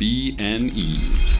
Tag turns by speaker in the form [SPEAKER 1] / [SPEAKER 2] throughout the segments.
[SPEAKER 1] WBNE.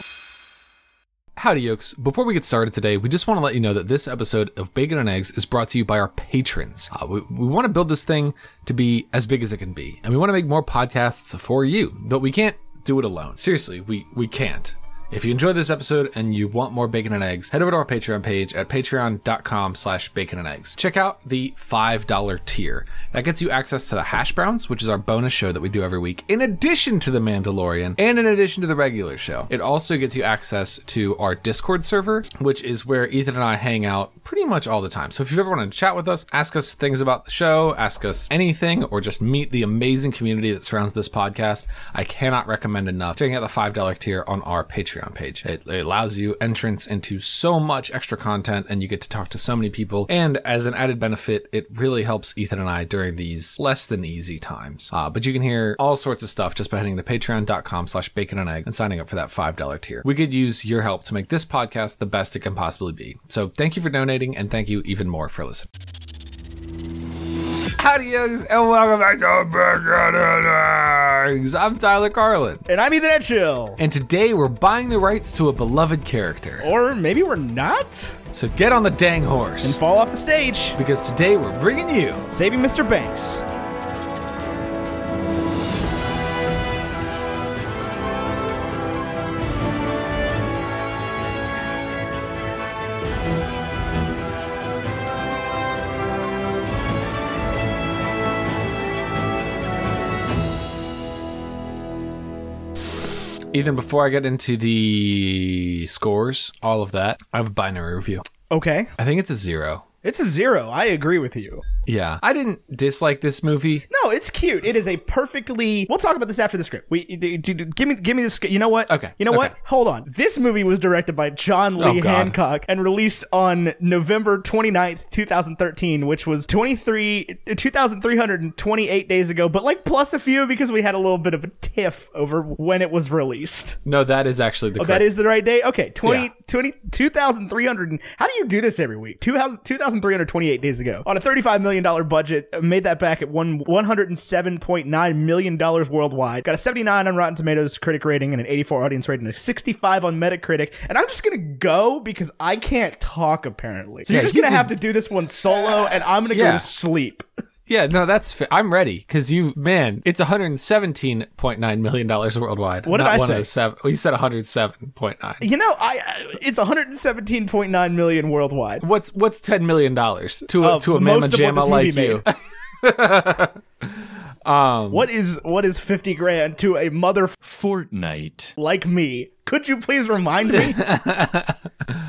[SPEAKER 2] Howdy, yokes. Before we get started today, we just want to let you know that this episode of Bacon and Eggs is brought to you by our patrons. Uh, we we want to build this thing to be as big as it can be, and we want to make more podcasts for you, but we can't do it alone. Seriously, we, we can't. If you enjoyed this episode and you want more bacon and eggs, head over to our Patreon page at patreon.com slash bacon and eggs. Check out the $5 tier. That gets you access to the Hash Browns, which is our bonus show that we do every week, in addition to The Mandalorian and in addition to the regular show. It also gets you access to our Discord server, which is where Ethan and I hang out pretty much all the time. So if you ever want to chat with us, ask us things about the show, ask us anything, or just meet the amazing community that surrounds this podcast, I cannot recommend enough checking out the $5 tier on our Patreon page. It, it allows you entrance into so much extra content and you get to talk to so many people. And as an added benefit, it really helps Ethan and I during these less than easy times. Uh, but you can hear all sorts of stuff just by heading to patreon.com slash bacon and egg and signing up for that $5 tier. We could use your help to make this podcast the best it can possibly be. So thank you for donating and thank you even more for listening. Howdy, yokes, and welcome back to Bacon and Eggs. I'm Tyler Carlin.
[SPEAKER 3] And I'm Ethan Edgehill.
[SPEAKER 2] And today we're buying the rights to a beloved character.
[SPEAKER 3] Or maybe we're not?
[SPEAKER 2] So get on the dang
[SPEAKER 3] And
[SPEAKER 2] horse.
[SPEAKER 3] fall off the stage.
[SPEAKER 2] Because today we're bringing you.
[SPEAKER 3] Saving Mr. Banks.
[SPEAKER 2] Ethan, before I get into the scores, all of that, I have a binary review.
[SPEAKER 3] Okay.
[SPEAKER 2] I think it's a zero.
[SPEAKER 3] It's a zero. I agree with you.
[SPEAKER 2] Yeah. I didn't dislike this movie.
[SPEAKER 3] No, it's cute. It is a perfectly. We'll talk about this after the script. We d- d- d- give me give me this. You know what?
[SPEAKER 2] Okay.
[SPEAKER 3] You know what?
[SPEAKER 2] Okay. Oh,
[SPEAKER 3] Hold on. This movie was directed by John Lee
[SPEAKER 2] God.
[SPEAKER 3] Hancock and released on November 29th, 2013, which was 23 2328 days ago, but like plus a few because we had a little bit of a tiff over when it was released.
[SPEAKER 2] No, that is actually the
[SPEAKER 3] Oh, that
[SPEAKER 2] correct-
[SPEAKER 3] is the right day? Okay, 20,
[SPEAKER 2] Yeah.
[SPEAKER 3] 20 2,300. and- How do you do this every week? 2,000 2,328 days ago. On a $35 million budget, uh, made that back at one, $107.9 million worldwide. Got a 79 on Rotten Tomatoes critic rating and an 84 audience rating, a 65 on Metacritic. And I'm just going to go because I can't talk apparently. So
[SPEAKER 2] Yeah,
[SPEAKER 3] you're just
[SPEAKER 2] you
[SPEAKER 3] going to
[SPEAKER 2] can-
[SPEAKER 3] have to do this one solo and I'm going to
[SPEAKER 2] Yeah.
[SPEAKER 3] go to sleep.
[SPEAKER 2] Yeah, no, that's fa- I'm ready because you, man, it's 117.9 million dollars worldwide.
[SPEAKER 3] What did
[SPEAKER 2] not
[SPEAKER 3] I say?
[SPEAKER 2] 107. Well, you said 107.9.
[SPEAKER 3] You know, I I- it's 117.9 million worldwide.
[SPEAKER 2] What's what's 10 million dollars to a,
[SPEAKER 3] Of
[SPEAKER 2] to a
[SPEAKER 3] most
[SPEAKER 2] mamma
[SPEAKER 3] of what
[SPEAKER 2] jamma like
[SPEAKER 3] this movie
[SPEAKER 2] you?
[SPEAKER 3] made. What is what is 50 grand to a mother
[SPEAKER 1] Fortnite.
[SPEAKER 3] like me. Could you please remind me?
[SPEAKER 2] Uh,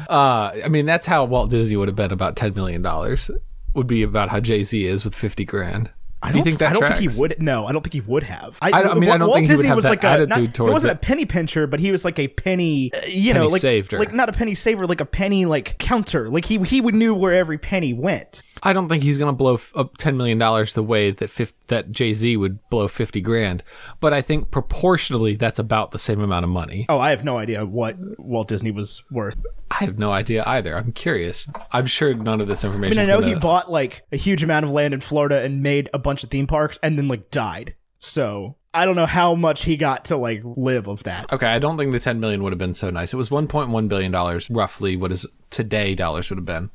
[SPEAKER 2] I mean, that's how Walt Disney would have been about 10 million dollars. Would be about how Jay Z is with 50 grand. I do you think that
[SPEAKER 3] I don't think
[SPEAKER 2] tracks?
[SPEAKER 3] he would. No, I don't think he would have.
[SPEAKER 2] I don't- I mean, I don't
[SPEAKER 3] Walt
[SPEAKER 2] think he would
[SPEAKER 3] Disney
[SPEAKER 2] have
[SPEAKER 3] was
[SPEAKER 2] that
[SPEAKER 3] like a,
[SPEAKER 2] attitude
[SPEAKER 3] not, he
[SPEAKER 2] towards
[SPEAKER 3] wasn't
[SPEAKER 2] it.
[SPEAKER 3] a penny pincher, but he was like a penny, uh, you know,
[SPEAKER 2] Penny
[SPEAKER 3] like
[SPEAKER 2] saver.
[SPEAKER 3] like not a penny saver, like a penny like counter. Like he he would knew where every penny went.
[SPEAKER 2] I don't think he's gonna blow f- up ten million dollars the way that fif- that Jay Z would blow fifty grand, but I think proportionally that's about the same amount of money.
[SPEAKER 3] Oh, I have no idea what Walt Disney was worth.
[SPEAKER 2] I have no idea either. I'm curious. I'm sure none of this
[SPEAKER 3] I
[SPEAKER 2] information.
[SPEAKER 3] mean, I
[SPEAKER 2] is
[SPEAKER 3] know
[SPEAKER 2] gonna-
[SPEAKER 3] he bought like a huge amount of land in Florida and made a bunch of theme parks, and then like died. So I don't know how much he got to like live of that.
[SPEAKER 2] Okay, I don't think the 10 million would have been so nice. It was 1.1 billion dollars, roughly what is today dollars would have been,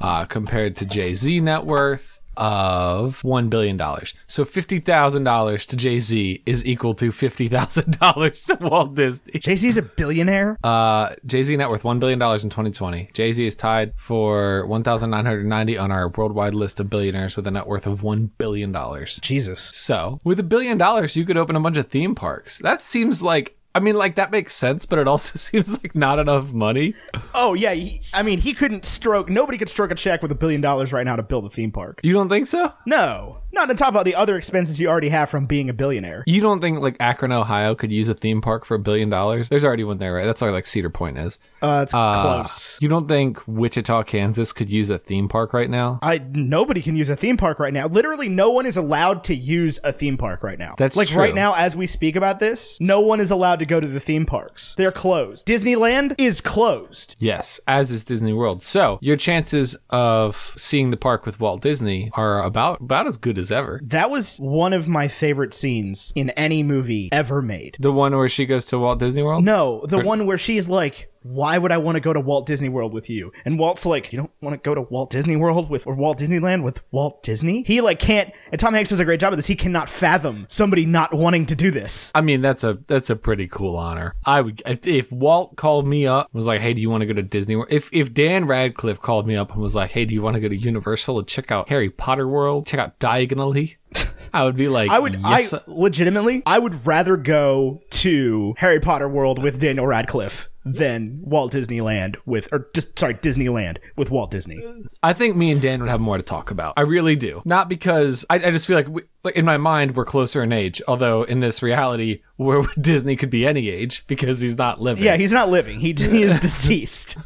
[SPEAKER 2] uh, compared to Jay Z net worth of one billion dollars. So fifty thousand dollars to Jay Z is equal to fifty thousand dollars to Walt Disney.
[SPEAKER 3] Jay Z's a billionaire.
[SPEAKER 2] Uh, Jay Z net worth one billion dollars in 2020. Jay Z is tied for 1,990 on our worldwide list of billionaires with a net worth of one billion dollars.
[SPEAKER 3] Jesus.
[SPEAKER 2] So, with a billion dollars, you could open a bunch of theme parks. That seems like, I mean, like that makes sense, but it also seems like not enough money.
[SPEAKER 3] Oh yeah, he, I mean he couldn't stroke. Nobody could stroke a check with a billion dollars right now to build a theme park.
[SPEAKER 2] You don't think so?
[SPEAKER 3] No, not to talk about the other expenses you already have from being a billionaire.
[SPEAKER 2] You don't think like Akron, Ohio could use a theme park for a billion dollars? There's already one there, right? That's where like Cedar Point is.
[SPEAKER 3] Uh, it's
[SPEAKER 2] Uh,
[SPEAKER 3] close.
[SPEAKER 2] You don't think Wichita, Kansas could use a theme park right now?
[SPEAKER 3] I nobody can use a theme park right now. Literally, no one is allowed to use a theme park right now.
[SPEAKER 2] That's
[SPEAKER 3] like
[SPEAKER 2] true.
[SPEAKER 3] right now as we speak about this, no one is allowed to go to the theme parks. They're closed. Disneyland is closed.
[SPEAKER 2] Yes, as is Disney World. So your chances of seeing the park with Walt Disney are about about as good as as ever.
[SPEAKER 3] That was one of my favorite scenes in any movie ever made.
[SPEAKER 2] The one where she goes to Walt Disney World?
[SPEAKER 3] No, the one where she's like, "Why would I want to go to Walt Disney World with you?" And Walt's like, "You don't want to go to Walt Disney World with or Walt Disneyland with Walt Disney?" He like can't. And Tom Hanks does a great job of this. He cannot fathom somebody not wanting to do this.
[SPEAKER 2] I mean, that's a that's a pretty cool honor. I would if, if Walt called me up and was like, "Hey, do you want to go to Disney World?" If if Dan Radcliffe called me up and was like, "Hey, do you want to go to Universal and check out Harry Potter World? Check out Diagonally?" I would be like,
[SPEAKER 3] I would,
[SPEAKER 2] yes, uh,
[SPEAKER 3] I legitimately, I would rather go to Harry Potter World with Daniel Radcliffe than Walt Disneyland with, or just sorry, Disneyland with Walt Disney.
[SPEAKER 2] I think me and Dan would have more to talk about. I really do. Not because I, I just feel like, we, like in my mind we're closer in age. Although in this reality, where Disney could be any age because he's not living.
[SPEAKER 3] Yeah, he's not living. He, he is deceased.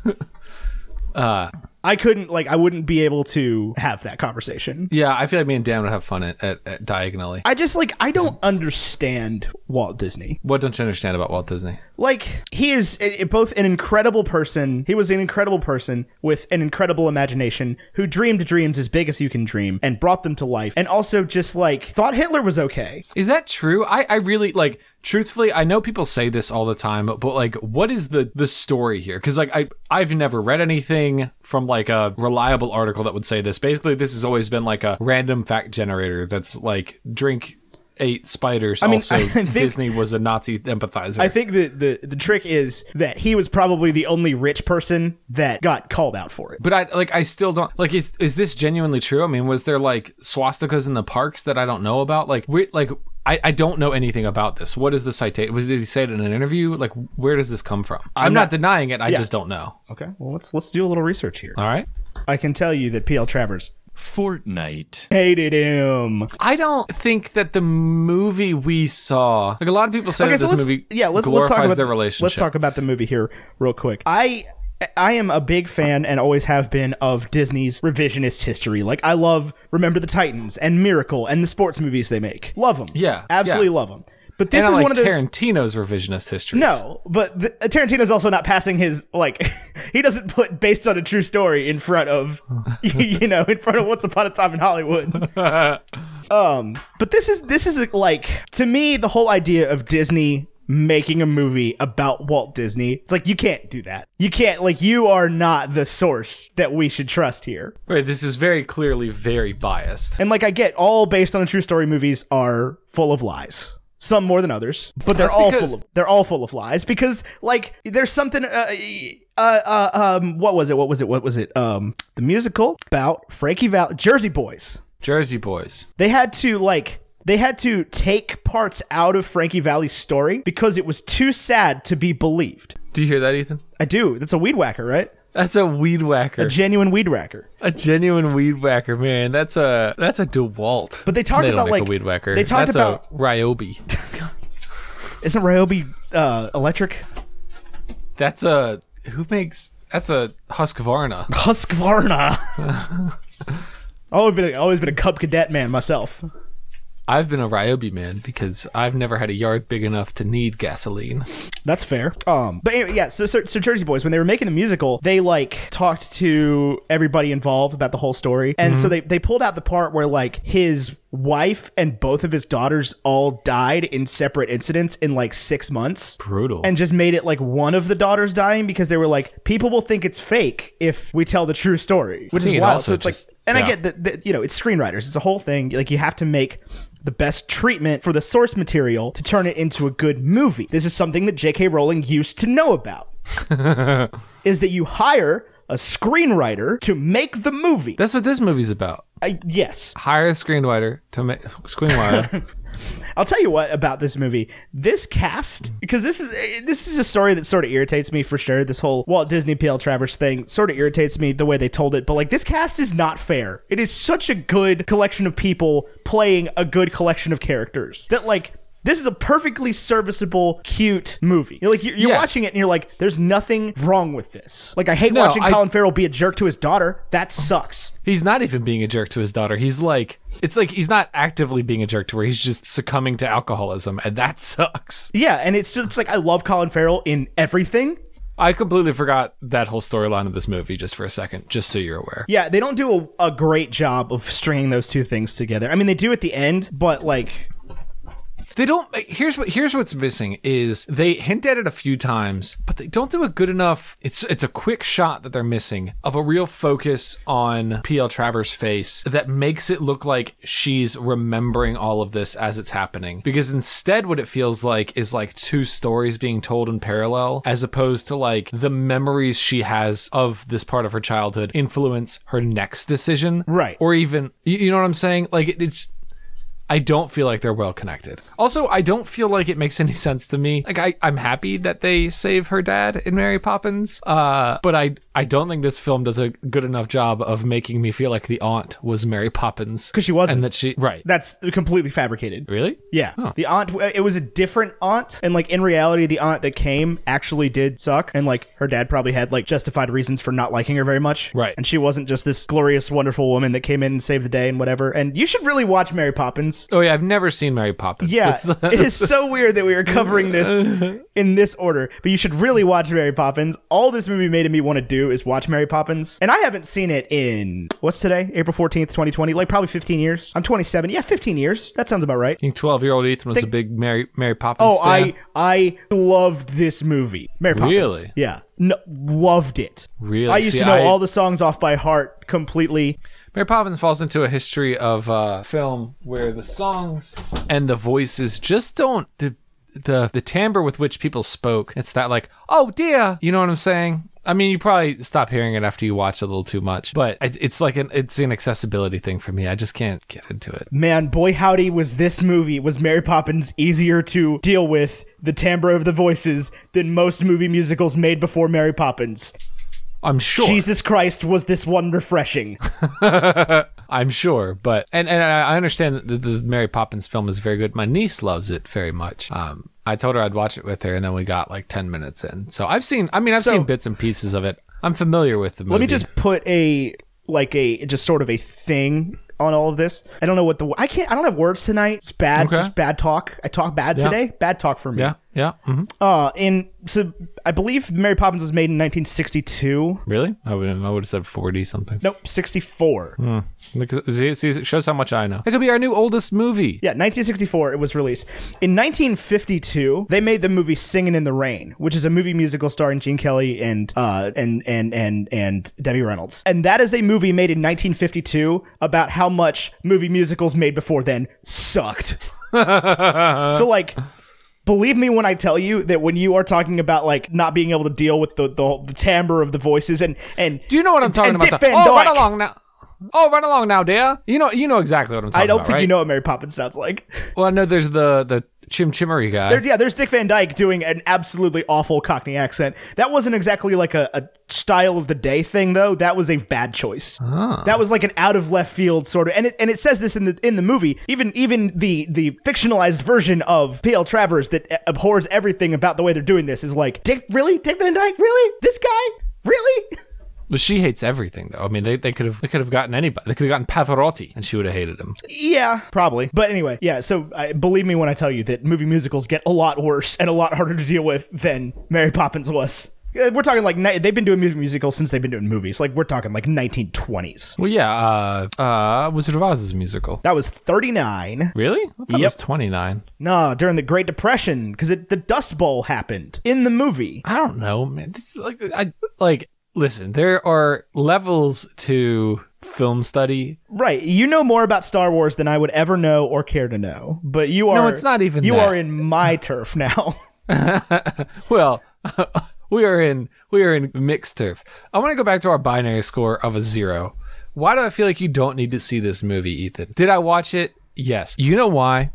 [SPEAKER 3] Uh, I couldn't like I wouldn't be able to have that conversation.
[SPEAKER 2] yeah. I feel like me and Dan would have fun at, at, at Diagonally.
[SPEAKER 3] I just like I don't understand Walt Disney.
[SPEAKER 2] what don't you understand about Walt Disney?
[SPEAKER 3] Like he is i- i- both an incredible person. He was an incredible person with an incredible imagination who dreamed dreams as big as you can dream and brought them to life. And also just like thought Hitler was okay.
[SPEAKER 2] Is that true? I, I really like truthfully, I know people say this all the time, but like what is the the story here? Cuz like I I've never read anything from like a reliable article that would say this. Basically, this has always been like a random fact generator that's like drink eight spiders.
[SPEAKER 3] mean,
[SPEAKER 2] also,
[SPEAKER 3] I think-
[SPEAKER 2] Disney was a Nazi empathizer.
[SPEAKER 3] I think that the the trick is that he was probably the only rich person that got called out for it.
[SPEAKER 2] but I like I still don't like is is this genuinely true? I mean, was there like swastikas in the parks that I don't know about? Like we like I, I don't know anything about this. What is the citation? Was did he say it in an interview? Like where does this come from? I'm, not, denying it. I just don't know.
[SPEAKER 3] Okay, well let's let's do a little research here.
[SPEAKER 2] All right.
[SPEAKER 3] I can tell you that PL Travers
[SPEAKER 1] Fortnite.
[SPEAKER 3] hated him.
[SPEAKER 2] I don't think that the movie we saw like a lot of people say that this movie
[SPEAKER 3] yeah, let's, let's
[SPEAKER 2] glorifies
[SPEAKER 3] talk about
[SPEAKER 2] their
[SPEAKER 3] Let's
[SPEAKER 2] relationship.
[SPEAKER 3] talk about the movie here real quick. I I am a big fan and always have been of Disney's revisionist history. Like I love Remember the Titans and Miracle and the sports movies they make. Love them.
[SPEAKER 2] Yeah,
[SPEAKER 3] absolutely
[SPEAKER 2] yeah.
[SPEAKER 3] love them. But
[SPEAKER 2] And
[SPEAKER 3] this
[SPEAKER 2] I
[SPEAKER 3] is
[SPEAKER 2] like
[SPEAKER 3] one of those.
[SPEAKER 2] Tarantino's revisionist history.
[SPEAKER 3] No, but the, uh, Tarantino's also not passing his like. he doesn't put based on a true story in front of you know in front of Once Upon a Time in Hollywood. um, but this is this is like to me the whole idea of Disney making a movie about Walt Disney. It's like you can't do that. You can't like you are not the source that we should trust here.
[SPEAKER 2] Right, this is very clearly very biased.
[SPEAKER 3] And like I get all based on a true story movies are full of lies. Some more than others, but they're
[SPEAKER 2] That's
[SPEAKER 3] all
[SPEAKER 2] because-
[SPEAKER 3] full of they're all full of lies because like there's something uh, uh, uh um what was it what was it what was it um the musical about Frankie Val Jersey Boys
[SPEAKER 2] Jersey Boys.
[SPEAKER 3] they had to like they had to take parts out of Frankie Valley's story because it was too sad to be believed.
[SPEAKER 2] Do you hear that, Ethan?
[SPEAKER 3] I do. That's a weed whacker, right?
[SPEAKER 2] That's a weed whacker.
[SPEAKER 3] Genuine weed whacker.
[SPEAKER 2] A genuine weed whacker, man. That's a that's a Dewalt.
[SPEAKER 3] But they talked
[SPEAKER 2] They don't
[SPEAKER 3] about,
[SPEAKER 2] make
[SPEAKER 3] like-
[SPEAKER 2] a weed whacker.
[SPEAKER 3] they talked
[SPEAKER 2] that's
[SPEAKER 3] about-
[SPEAKER 2] a Ryobi.
[SPEAKER 3] Isn't Ryobi uh, electric?
[SPEAKER 2] That's a who makes that's a Husqvarna.
[SPEAKER 3] Husqvarna. always been a, always been a Cub Cadet man myself.
[SPEAKER 2] I've been a Ryobi man because I've never had a yard big enough to need gasoline.
[SPEAKER 3] That's fair. Um, but anyway, yeah. So, so, so Jersey Boys, when they were making the musical, they like talked to everybody involved about the whole story, and so they they pulled out the part where like his wife and both of his daughters all died in separate incidents in like six months.
[SPEAKER 2] Brutal.
[SPEAKER 3] And just made it like one of the daughters dying because they were like, people will think it's fake if we tell the true story, which
[SPEAKER 2] think
[SPEAKER 3] is
[SPEAKER 2] it
[SPEAKER 3] wild.
[SPEAKER 2] also
[SPEAKER 3] So it's
[SPEAKER 2] just-
[SPEAKER 3] like, and I
[SPEAKER 2] yeah.
[SPEAKER 3] get that, that, you know, it's screenwriters, it's a whole thing. Like, you have to make the best treatment for the source material to turn it into a good movie. This is something that J.K. Rowling used to know about, is that you hire a screenwriter to make the movie.
[SPEAKER 2] that's what this movie's about.
[SPEAKER 3] I, yes.
[SPEAKER 2] Hire a screenwriter to make screenwriter.
[SPEAKER 3] I'll tell you what about this movie. This cast, because this is this is a story that sort of irritates me for sure. This whole Walt Disney PL Travers thing sort of irritates me the way they told it. But like this cast is not fair. It is such a good collection of people playing a good collection of characters that like. This is a perfectly serviceable, cute movie. You're like you're, you're
[SPEAKER 2] Yes.
[SPEAKER 3] watching it, and you're like, "There's nothing wrong with this." Like, I hate watching
[SPEAKER 2] I-
[SPEAKER 3] Colin Farrell be a jerk to his daughter. That sucks.
[SPEAKER 2] he's not even being a jerk to his daughter. He's like it's like he's not actively being a jerk to her. He's just succumbing to alcoholism and that sucks.
[SPEAKER 3] Yeah, and it's just it's like I love Colin Farrell in everything.
[SPEAKER 2] I completely forgot that whole storyline of this movie just for a second, just so you're aware.
[SPEAKER 3] Yeah, they don't do a, a great job of stringing those two things together. I mean, they do at the end, but like,
[SPEAKER 2] They don't here's what here's what's missing is they hint at it a few times, but they don't do a good enough it's it's a quick shot that they're missing of a real focus on PL Travers' face that makes it look like she's remembering all of this as it's happening. Because instead what it feels like is like two stories being told in parallel as opposed to like the memories she has of this part of her childhood influence her next decision.
[SPEAKER 3] Right.
[SPEAKER 2] Or even you, you know what I'm saying? Like it, it's I don't feel like they're well connected. Also, I don't feel like it makes any sense to me. Like I, I'm happy that they save her dad in Mary Poppins, uh, but I, I don't think this film does a good enough job of making me feel like the aunt was Mary Poppins
[SPEAKER 3] 'Cause she wasn't.
[SPEAKER 2] and that she right.
[SPEAKER 3] that's completely fabricated.
[SPEAKER 2] really?
[SPEAKER 3] Yeah, the aunt. It was a different aunt, and like in reality, the aunt that came actually did suck, and like her dad probably had like justified reasons for not liking her very much.
[SPEAKER 2] Right.
[SPEAKER 3] and she wasn't just this glorious, wonderful woman that came in and saved the day and whatever. And you should really watch Mary Poppins.
[SPEAKER 2] Oh yeah, I've never seen Mary Poppins.
[SPEAKER 3] Yeah,
[SPEAKER 2] It's-
[SPEAKER 3] it is so weird that we are covering this in this order, but you should really watch Mary Poppins. All this movie made me want to do is watch Mary Poppins, and I haven't seen it in what's today, April fourteenth, twenty twenty, like probably fifteen years. I'm twenty seven. Yeah, fifteen years. That sounds about right.
[SPEAKER 2] I think twelve-year-old Ethan was a big Mary Mary Poppins.
[SPEAKER 3] Oh,
[SPEAKER 2] stan.
[SPEAKER 3] I I loved this movie. Mary Poppins.
[SPEAKER 2] Really?
[SPEAKER 3] Yeah. No, loved it.
[SPEAKER 2] Really?
[SPEAKER 3] I used
[SPEAKER 2] See,
[SPEAKER 3] to know
[SPEAKER 2] I-
[SPEAKER 3] all the songs off by heart completely.
[SPEAKER 2] Mary Poppins falls into a history of uh, film where the songs and the voices just don't the, the the timbre with which people spoke. It's that like, oh dear, you know what I'm saying? I mean, you probably stop hearing it after you watch a little too much, but it- it's like an it's an accessibility thing for me. I just can't get into it.
[SPEAKER 3] Man, boy howdy was this movie was Mary Poppins easier to deal with the timbre of the voices than most movie musicals made before Mary Poppins.
[SPEAKER 2] I'm sure.
[SPEAKER 3] Jesus Christ, was this one refreshing.
[SPEAKER 2] I'm sure, but and and I I understand that the, the Mary Poppins film is very good. My niece loves it very much. Um, I told her I'd watch it with her, and then we got like ten minutes in. So I've seen. I mean, I've
[SPEAKER 3] So-
[SPEAKER 2] seen bits and pieces of it. I'm familiar with the movie.
[SPEAKER 3] Let me just put a like a just sort of a thing on all of this. I don't know what the I can't I don't have words tonight. It's bad,
[SPEAKER 2] Okay.
[SPEAKER 3] just bad talk. I talk bad today. Bad talk for me.
[SPEAKER 2] Yeah, yeah. hmm
[SPEAKER 3] Uh, in so I believe Mary Poppins was made in 1962.
[SPEAKER 2] Really? I would I would have said forty something.
[SPEAKER 3] Nope, 64.
[SPEAKER 2] Look, see, see, it shows how much I know. It could be our new oldest movie.
[SPEAKER 3] Yeah, 1964 it was released. In 1952, they made the movie Singin' in the Rain, which is a movie musical starring Gene Kelly and uh and and and and Debbie Reynolds. And that is a movie made in 1952 about how much movie musicals made before then sucked. so like believe me when I tell you that when you are talking about like not being able to deal with the the, the timbre of the voices and and
[SPEAKER 2] Do you know what I'm talking
[SPEAKER 3] and
[SPEAKER 2] about?
[SPEAKER 3] Dick
[SPEAKER 2] though?
[SPEAKER 3] Van
[SPEAKER 2] oh,
[SPEAKER 3] Dyke.
[SPEAKER 2] run along now. Oh, run along now, dear. You know, you know exactly what I'm talking
[SPEAKER 3] I
[SPEAKER 2] about.
[SPEAKER 3] don't think you
[SPEAKER 2] right?
[SPEAKER 3] know what Mary Poppins sounds like.
[SPEAKER 2] Well, I know there's the the Chim Chimmery guy.
[SPEAKER 3] There- yeah, there's Dick Van Dyke doing an absolutely awful Cockney accent. That wasn't exactly like a, a style of the day thing, though. That was a bad choice. That was like an out of left field sort of, and it and it says this in the in the movie. Even even the the fictionalized version of P.L. Travers that uh, abhors everything about the way they're doing this is like Dick really Dick Van Dyke really this guy really.
[SPEAKER 2] But she hates everything, though. I mean, they, they could have they could have gotten anybody. They could have gotten Pavarotti, and she would have hated him.
[SPEAKER 3] Yeah, probably. But anyway, yeah. So I, believe me when I tell you that movie musicals get a lot worse and a lot harder to deal with than Mary Poppins was. Uh, We're talking like ni- they've been doing music musicals since they've been doing movies. Like we're talking like 1920s.
[SPEAKER 2] Well, yeah. Uh, uh, Wizard of Oz is a musical.
[SPEAKER 3] That was 39.
[SPEAKER 2] Really? I thought it
[SPEAKER 3] Yep.
[SPEAKER 2] was 29.
[SPEAKER 3] Nah, during the Great Depression because the Dust Bowl happened in the movie.
[SPEAKER 2] I don't know, man. This is like I like listen, there are levels to film study.
[SPEAKER 3] Right. You know more about Star Wars than I would ever know or care to know. But you are
[SPEAKER 2] it's not even
[SPEAKER 3] You
[SPEAKER 2] that.
[SPEAKER 3] are in my turf now.
[SPEAKER 2] Well, we are in we are in mixed turf. I want to go back to our binary score of a 0. Why do I feel like you don't need to see this movie, Ethan? Did I watch it? Yes. You know why?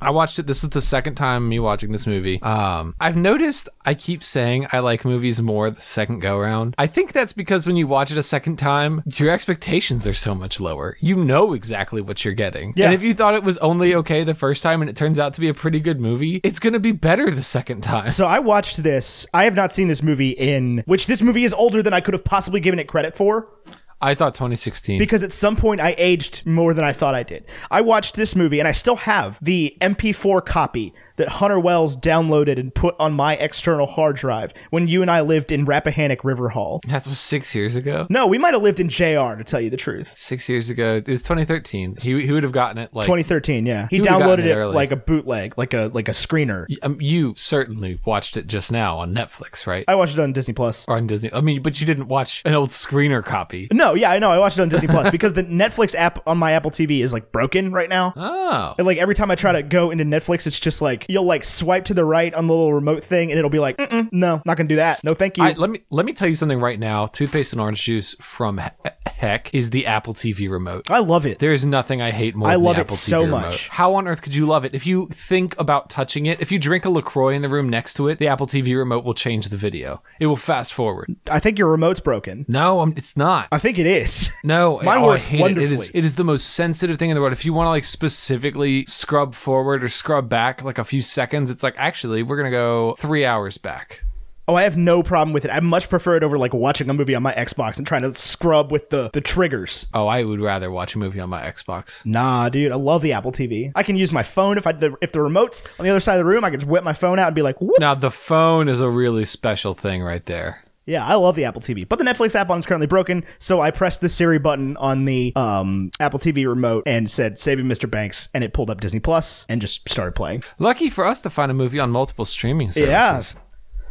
[SPEAKER 2] I watched it. This was the second time me watching this movie. Um, I've noticed I keep saying I like movies more the second go round. I think that's because when you watch it a second time, your expectations are so much lower. You know exactly what you're getting.
[SPEAKER 3] Yeah.
[SPEAKER 2] And if you thought it was only okay the first time and it turns out to be a pretty good movie, it's going to be better the second time.
[SPEAKER 3] So I watched this. I have not seen this movie in which this movie is older than I could have possibly given it credit for
[SPEAKER 2] I thought 2016.
[SPEAKER 3] because at some point I aged more than I thought I did. I watched this movie and I still have the MP4 copy that Hunter Wells downloaded and put on my external hard drive when you and I lived in Rappahannock River Hall.
[SPEAKER 2] That was six years ago.
[SPEAKER 3] No, we might have lived in JR to tell you the truth.
[SPEAKER 2] Six years ago. It was 2013. He, he would have gotten it like
[SPEAKER 3] 2013, yeah. He
[SPEAKER 2] You would've gotten
[SPEAKER 3] downloaded
[SPEAKER 2] it
[SPEAKER 3] it
[SPEAKER 2] early.
[SPEAKER 3] like a bootleg, like a like a screener.
[SPEAKER 2] Um, you certainly watched it just now on Netflix, right?
[SPEAKER 3] I watched it on Disney Plus.
[SPEAKER 2] or on Disney. I mean, but you didn't watch an old screener copy.
[SPEAKER 3] No, yeah, I know. I watched it on Disney Plus because the Netflix app on my Apple TV is like broken right now.
[SPEAKER 2] Oh.
[SPEAKER 3] And, like every time I try to go into Netflix, it's just like you'll like swipe to the right on the little remote thing, and it'll be like, Mm-mm, no, not gonna do that. No, thank you.
[SPEAKER 2] I, let me let me tell you something right now. Toothpaste and orange juice from he- Heck is the Apple TV remote.
[SPEAKER 3] I love it.
[SPEAKER 2] There is nothing I hate more.
[SPEAKER 3] I
[SPEAKER 2] than
[SPEAKER 3] love
[SPEAKER 2] the
[SPEAKER 3] it
[SPEAKER 2] Apple
[SPEAKER 3] so
[SPEAKER 2] TV remote.
[SPEAKER 3] much.
[SPEAKER 2] How on earth could you love it if you think about touching it? If you drink a Lacroix in the room next to it, the Apple TV remote will change the video. It will fast forward.
[SPEAKER 3] I think your remote's broken.
[SPEAKER 2] No, I'm, it's not.
[SPEAKER 3] I think it is.
[SPEAKER 2] No,
[SPEAKER 3] Mine
[SPEAKER 2] I, oh, I
[SPEAKER 3] works
[SPEAKER 2] hate it. It is,
[SPEAKER 3] wonderfully.
[SPEAKER 2] it is the most sensitive thing in the world. If you want to like specifically scrub forward or scrub back like a few seconds, it's like actually we're gonna go three hours back.
[SPEAKER 3] Oh, I have no problem with it. I much prefer it over like watching a movie on my Xbox and trying to scrub with the the triggers.
[SPEAKER 2] Oh, I would rather watch a movie on my Xbox.
[SPEAKER 3] Nah, dude, I love the Apple TV. I can use my phone if I the, if the remote's on the other side of the room. I can just whip my phone out and be like, "Whoop!"
[SPEAKER 2] Now the phone is a really special thing right there.
[SPEAKER 3] Yeah, I love the Apple TV. But the Netflix app on is currently broken, so I pressed the Siri button on the um, Apple TV remote and said "Saving Mr. Banks," and it pulled up Disney Plus and just started playing.
[SPEAKER 2] Lucky for us to find a movie on multiple streaming services.
[SPEAKER 3] Yeah.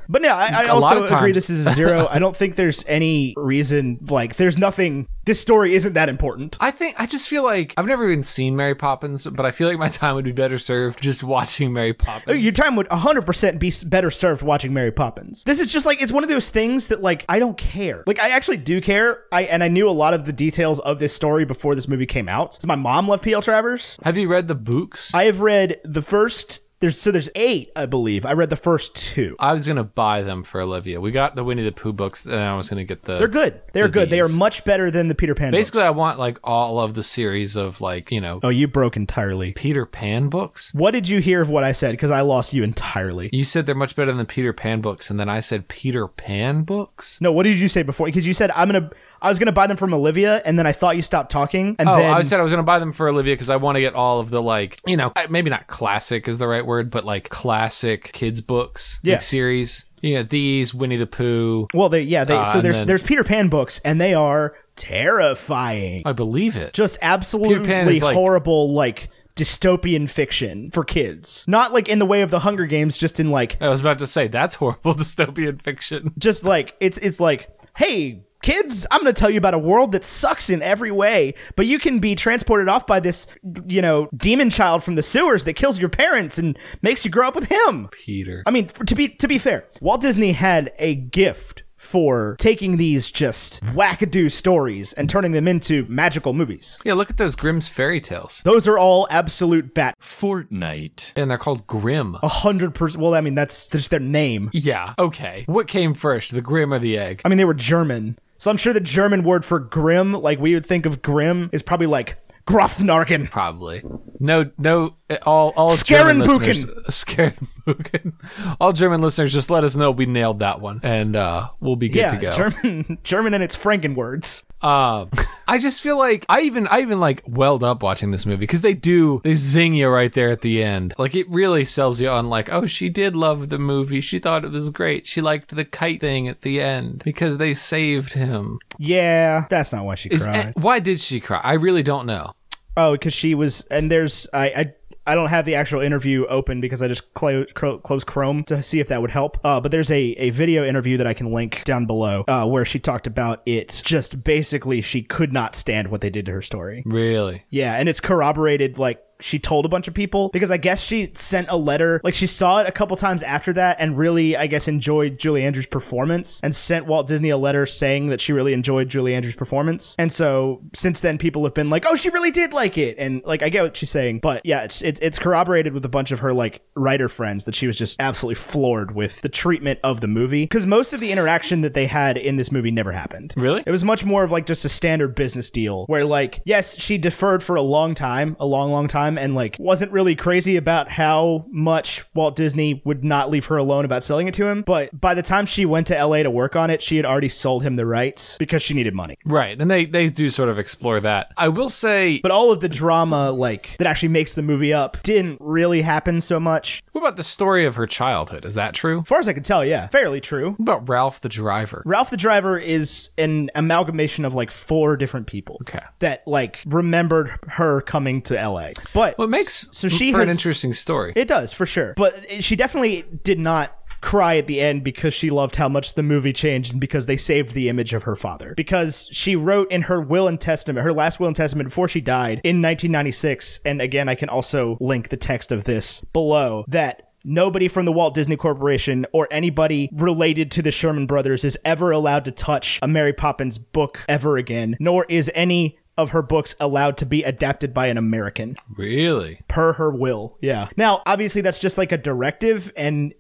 [SPEAKER 3] But yeah, I, I
[SPEAKER 2] A lot
[SPEAKER 3] also
[SPEAKER 2] of times-
[SPEAKER 3] agree this is a zero. I don't think there's any reason like there's nothing. This story isn't that important.
[SPEAKER 2] I think I just feel like I've never even seen Mary Poppins, but I feel like my time would be better served just watching Mary Poppins.
[SPEAKER 3] Your time would 100% be s- better served watching Mary Poppins. This is just like, it's one of those things that, like, I don't care. Like, I actually do care. I And I knew a lot of the details of this story before this movie came out. So my mom loved P.L. Travers.
[SPEAKER 2] Have you read the books? I,
[SPEAKER 3] I have read the first, there's so there's eight, I believe. I read the first two.
[SPEAKER 2] was gonna buy them for Olivia. We got the Winnie the Pooh books, and I was gonna get the.
[SPEAKER 3] They're good. They're good. They are
[SPEAKER 2] these.
[SPEAKER 3] much better than the Peter Pan
[SPEAKER 2] Basically, I
[SPEAKER 3] books.
[SPEAKER 2] want like all of the series of like you know
[SPEAKER 3] Oh, you broke entirely.
[SPEAKER 2] Peter Pan books.
[SPEAKER 3] What did you hear of what I said? Because I lost you entirely.
[SPEAKER 2] You said they're much better than Peter Pan books, and then I said Peter Pan books.
[SPEAKER 3] No, what did you say before? Because you said I'm gonna, I was gonna buy them from Olivia, and then I thought you stopped talking, and
[SPEAKER 2] Oh,
[SPEAKER 3] then
[SPEAKER 2] I said I was going to buy them for Olivia because I want to get all of the like, you know, I- maybe not classic is the right word, but like classic kids books,
[SPEAKER 3] Yeah.
[SPEAKER 2] like series. You know, these Winnie the Pooh.
[SPEAKER 3] Well, they yeah, they so
[SPEAKER 2] Ah, and
[SPEAKER 3] there's
[SPEAKER 2] then-
[SPEAKER 3] there's Peter Pan books and they are terrifying.
[SPEAKER 2] I believe it.
[SPEAKER 3] Just
[SPEAKER 2] Pan
[SPEAKER 3] absolutely
[SPEAKER 2] is like-
[SPEAKER 3] horrible like dystopian fiction for kids. Not like in the way of the Hunger Games, just in like
[SPEAKER 2] I was about to say that's horrible dystopian fiction.
[SPEAKER 3] just like it's it's like, hey, kids, I'm going to tell you about a world that sucks in every way, but you can be transported off by this, you know, demon child from the sewers that kills your parents and makes you grow up with him.
[SPEAKER 2] Peter.
[SPEAKER 3] I mean, for, to be to be fair, Walt Disney had a gift for taking these just wackadoo stories and turning them into magical movies.
[SPEAKER 2] yeah, look at those Grimm's fairy tales.
[SPEAKER 3] Those are all absolute bat
[SPEAKER 1] Fortnite.
[SPEAKER 2] And they're called Grimm.
[SPEAKER 3] a hundred percent. Well, I mean, that's just their name.
[SPEAKER 2] Yeah, okay. What came first, the Grimm or the egg?
[SPEAKER 3] I mean, they were German, so I'm sure the German word for grim, like we would think of grim, is probably like Grothnarken.
[SPEAKER 2] Probably. No, no, all, all German
[SPEAKER 3] Scarenbuchen.
[SPEAKER 2] listeners. Scarenbuchen. All German listeners, just let us know we nailed that one and uh, we'll be good to go.
[SPEAKER 3] Yeah, German, German, and its Franken words.
[SPEAKER 2] Um, I just feel like I even I even like welled up watching this movie because they do they zing you right there at the end. Like it really sells you on like oh she did love the movie she thought it was great she liked the kite thing at the end because they saved him.
[SPEAKER 3] Yeah, that's not why she
[SPEAKER 2] Is,
[SPEAKER 3] cried.
[SPEAKER 2] eh, why did she cry? I really don't know.
[SPEAKER 3] Oh, because she was, and there's I. I I don't have the actual interview open because I just clo- clo- closed Chrome to see if that would help. Uh, but there's a, a video interview that I can link down below uh, where she talked about it. Just basically, she could not stand what they did to her story.
[SPEAKER 2] Really,
[SPEAKER 3] Yeah, and it's corroborated like she told a bunch of people because I guess she sent a letter. Like she saw it a couple times after that and really I guess enjoyed Julie Andrews' performance and sent Walt Disney a letter saying that she really enjoyed Julie Andrews' performance. And so since then people have been like, "Oh, she really did like it." And like I get what she's saying, but yeah, it's it's, it's corroborated with a bunch of her like writer friends that she was just absolutely floored with the treatment of the movie cuz most of the interaction that they had in this movie never happened.
[SPEAKER 2] Really?
[SPEAKER 3] It was much more of like just a standard business deal where like yes, she deferred for a long time, a long long time time and like wasn't really crazy about how much Walt Disney would not leave her alone about selling it to him. But by the time she went to LA to work on it, she had already sold him the rights because she needed money.
[SPEAKER 2] Right. And they, they do sort of explore that. I will say,
[SPEAKER 3] But all of the drama, like that actually makes the movie up, didn't really happen so much.
[SPEAKER 2] what about the story of her childhood? Is that true?
[SPEAKER 3] As far as I can tell, yeah, fairly true.
[SPEAKER 2] What about Ralph the driver?
[SPEAKER 3] Ralph the Driver is an amalgamation of like four different people.
[SPEAKER 2] Okay.
[SPEAKER 3] That like remembered her coming to LA. But
[SPEAKER 2] What makes
[SPEAKER 3] so she
[SPEAKER 2] for an
[SPEAKER 3] has-
[SPEAKER 2] interesting story?
[SPEAKER 3] It does for sure, but it- she definitely did not cry at the end because she loved how much the movie changed and because they saved the image of her father. Because she wrote in her will and testament, her last will and testament before she died in 1996, and again I can also link the text of this below that Nobody from the Walt Disney Corporation or anybody related to the Sherman Brothers is ever allowed to touch a Mary Poppins book ever again, nor is any of her books allowed to be adapted by an American
[SPEAKER 2] really?
[SPEAKER 3] per her will. Yeah. Now, obviously, that's just like a directive, and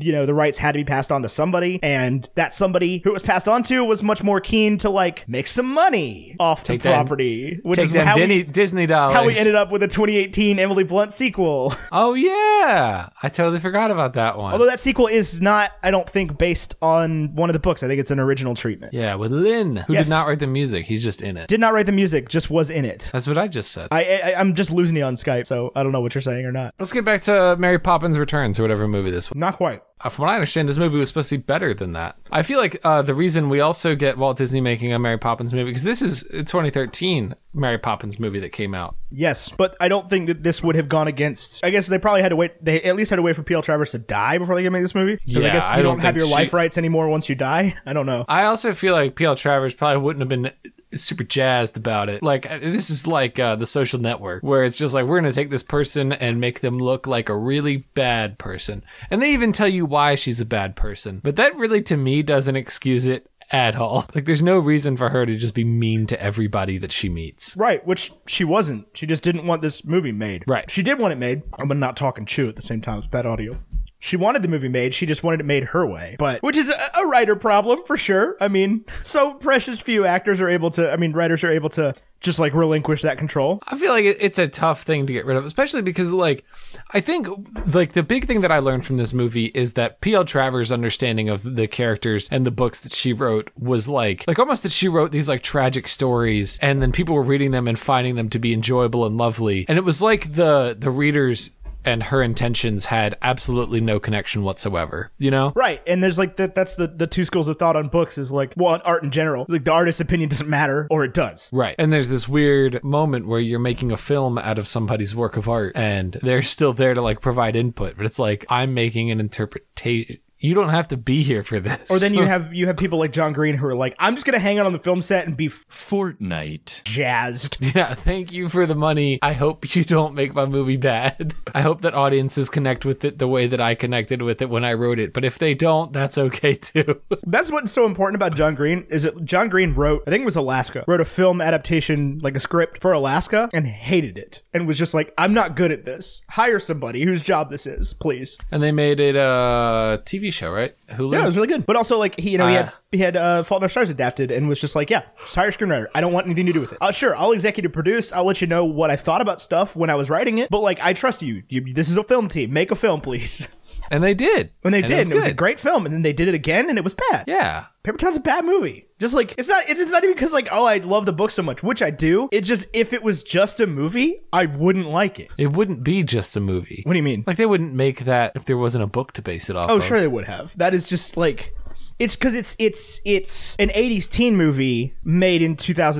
[SPEAKER 3] you know the rights had to be passed on to somebody, and that somebody who it was passed on to was much more keen to like make some money off
[SPEAKER 2] Take
[SPEAKER 3] the
[SPEAKER 2] that-
[SPEAKER 3] property, which
[SPEAKER 2] Take
[SPEAKER 3] is
[SPEAKER 2] them
[SPEAKER 3] how
[SPEAKER 2] Disney,
[SPEAKER 3] we,
[SPEAKER 2] Disney dollars.
[SPEAKER 3] how we ended up with a 2018 Emily Blunt sequel.
[SPEAKER 2] Oh yeah, I totally forgot about that one.
[SPEAKER 3] Although that sequel is not, I don't think, based on one of the books. I think it's an original treatment.
[SPEAKER 2] yeah, with Lynn, who
[SPEAKER 3] Yes.
[SPEAKER 2] did not write the music, he's just in it.
[SPEAKER 3] Did not write the music, just was in it.
[SPEAKER 2] That's what I just said.
[SPEAKER 3] I, I I'm just losing you on Skype, so I don't know what you're saying or not.
[SPEAKER 2] Let's get back to Mary Poppins Returns or whatever movie this was.
[SPEAKER 3] Not quite.
[SPEAKER 2] Uh, From what I understand, this movie was supposed to be better than that. I feel like uh, the reason we also get Walt Disney making a Mary Poppins movie because this is a 2013 Mary Poppins movie that came out.
[SPEAKER 3] Yes, but I don't think that this would have gone against. I guess they probably had to wait. They at least had to wait for P.L. Travers to die before they could make this movie. 'Cause I
[SPEAKER 2] Yeah,
[SPEAKER 3] guess you
[SPEAKER 2] I
[SPEAKER 3] don't,
[SPEAKER 2] don't
[SPEAKER 3] have
[SPEAKER 2] think
[SPEAKER 3] your
[SPEAKER 2] she-
[SPEAKER 3] life rights anymore once you die. I don't know.
[SPEAKER 2] I also feel like P.L. Travers probably wouldn't have been super jazzed about it. Like uh, this is like uh, the Social Network, where it's just like we're going to take this person and make them look like a really bad person, and they even tell you why she's a bad person. But that really, to me, doesn't excuse it at all. Like there's no reason for her to just be mean to everybody that she meets.
[SPEAKER 3] Right, which she wasn't. She just didn't want this movie made.
[SPEAKER 2] Right.
[SPEAKER 3] She did want it made. I'm not talking chew at the same time. It's bad audio. She wanted the movie made. She just wanted it made her way. But which is a, a writer problem for sure. I mean, so precious few actors are able to. I mean, writers are able to just like relinquish that control.
[SPEAKER 2] I feel like it- it's a tough thing to get rid of, especially because like I think like the big thing that I learned from this movie is that P.L. Travers' understanding of the characters and the books that she wrote was like like almost that she wrote these like tragic stories and then people were reading them and finding them to be enjoyable and lovely. And it was like the the readers and her intentions had absolutely no connection whatsoever, you know?
[SPEAKER 3] Right, and there's like that. That's the the two schools of thought on books is like well, on art in general. Like the artist's opinion doesn't matter, or it does.
[SPEAKER 2] Right. And there's this weird moment where you're making a film out of somebody's work of art and they're still there to like provide input, but it's like I'm making an interpretation. You don't have to be here for this.
[SPEAKER 3] Or then you have you have people like John Green who are like, I'm just gonna hang out on the film set and be f-
[SPEAKER 1] Fortnite.
[SPEAKER 3] jazzed.
[SPEAKER 2] yeah, thank you for the money. I hope you don't make my movie bad. I hope that audiences connect with it the way that I connected with it when I wrote it. But if they don't, that's okay too.
[SPEAKER 3] That's what's so important about John Green is that John Green wrote, I think it was Alaska, wrote a film adaptation like a script for Alaska and hated it and was just like, I'm not good at this. Hire somebody whose job this is, please.
[SPEAKER 2] and they made it a TV show, right? Hulu.
[SPEAKER 3] Yeah, it was really good. But also, like he, you know, he had
[SPEAKER 2] Ah.
[SPEAKER 3] he had uh, Fault in Our Stars adapted and was just like, yeah, sorry, screenwriter, I don't want anything to do with it. Uh, sure, I'll executive produce. I'll let you know what I thought about stuff when I was writing it. But like, I trust you. you this is a film team. Make a film, please.
[SPEAKER 2] and they did.
[SPEAKER 3] And they did.
[SPEAKER 2] It was
[SPEAKER 3] and it was a
[SPEAKER 2] good.
[SPEAKER 3] great film. And then they did it again, and it was bad.
[SPEAKER 2] Yeah.
[SPEAKER 3] Paper Town's a bad movie. Just like it's not. It's not even because like, oh, I love the book so much, which I do. It's just if it was just a movie, I wouldn't like it.
[SPEAKER 2] It wouldn't be just a movie.
[SPEAKER 3] What do you mean?
[SPEAKER 2] Like they wouldn't make that if there wasn't a book to base it off.
[SPEAKER 3] Oh,
[SPEAKER 2] of.
[SPEAKER 3] sure they would have. That is just like it's because it's it's it's an '80s teen movie made in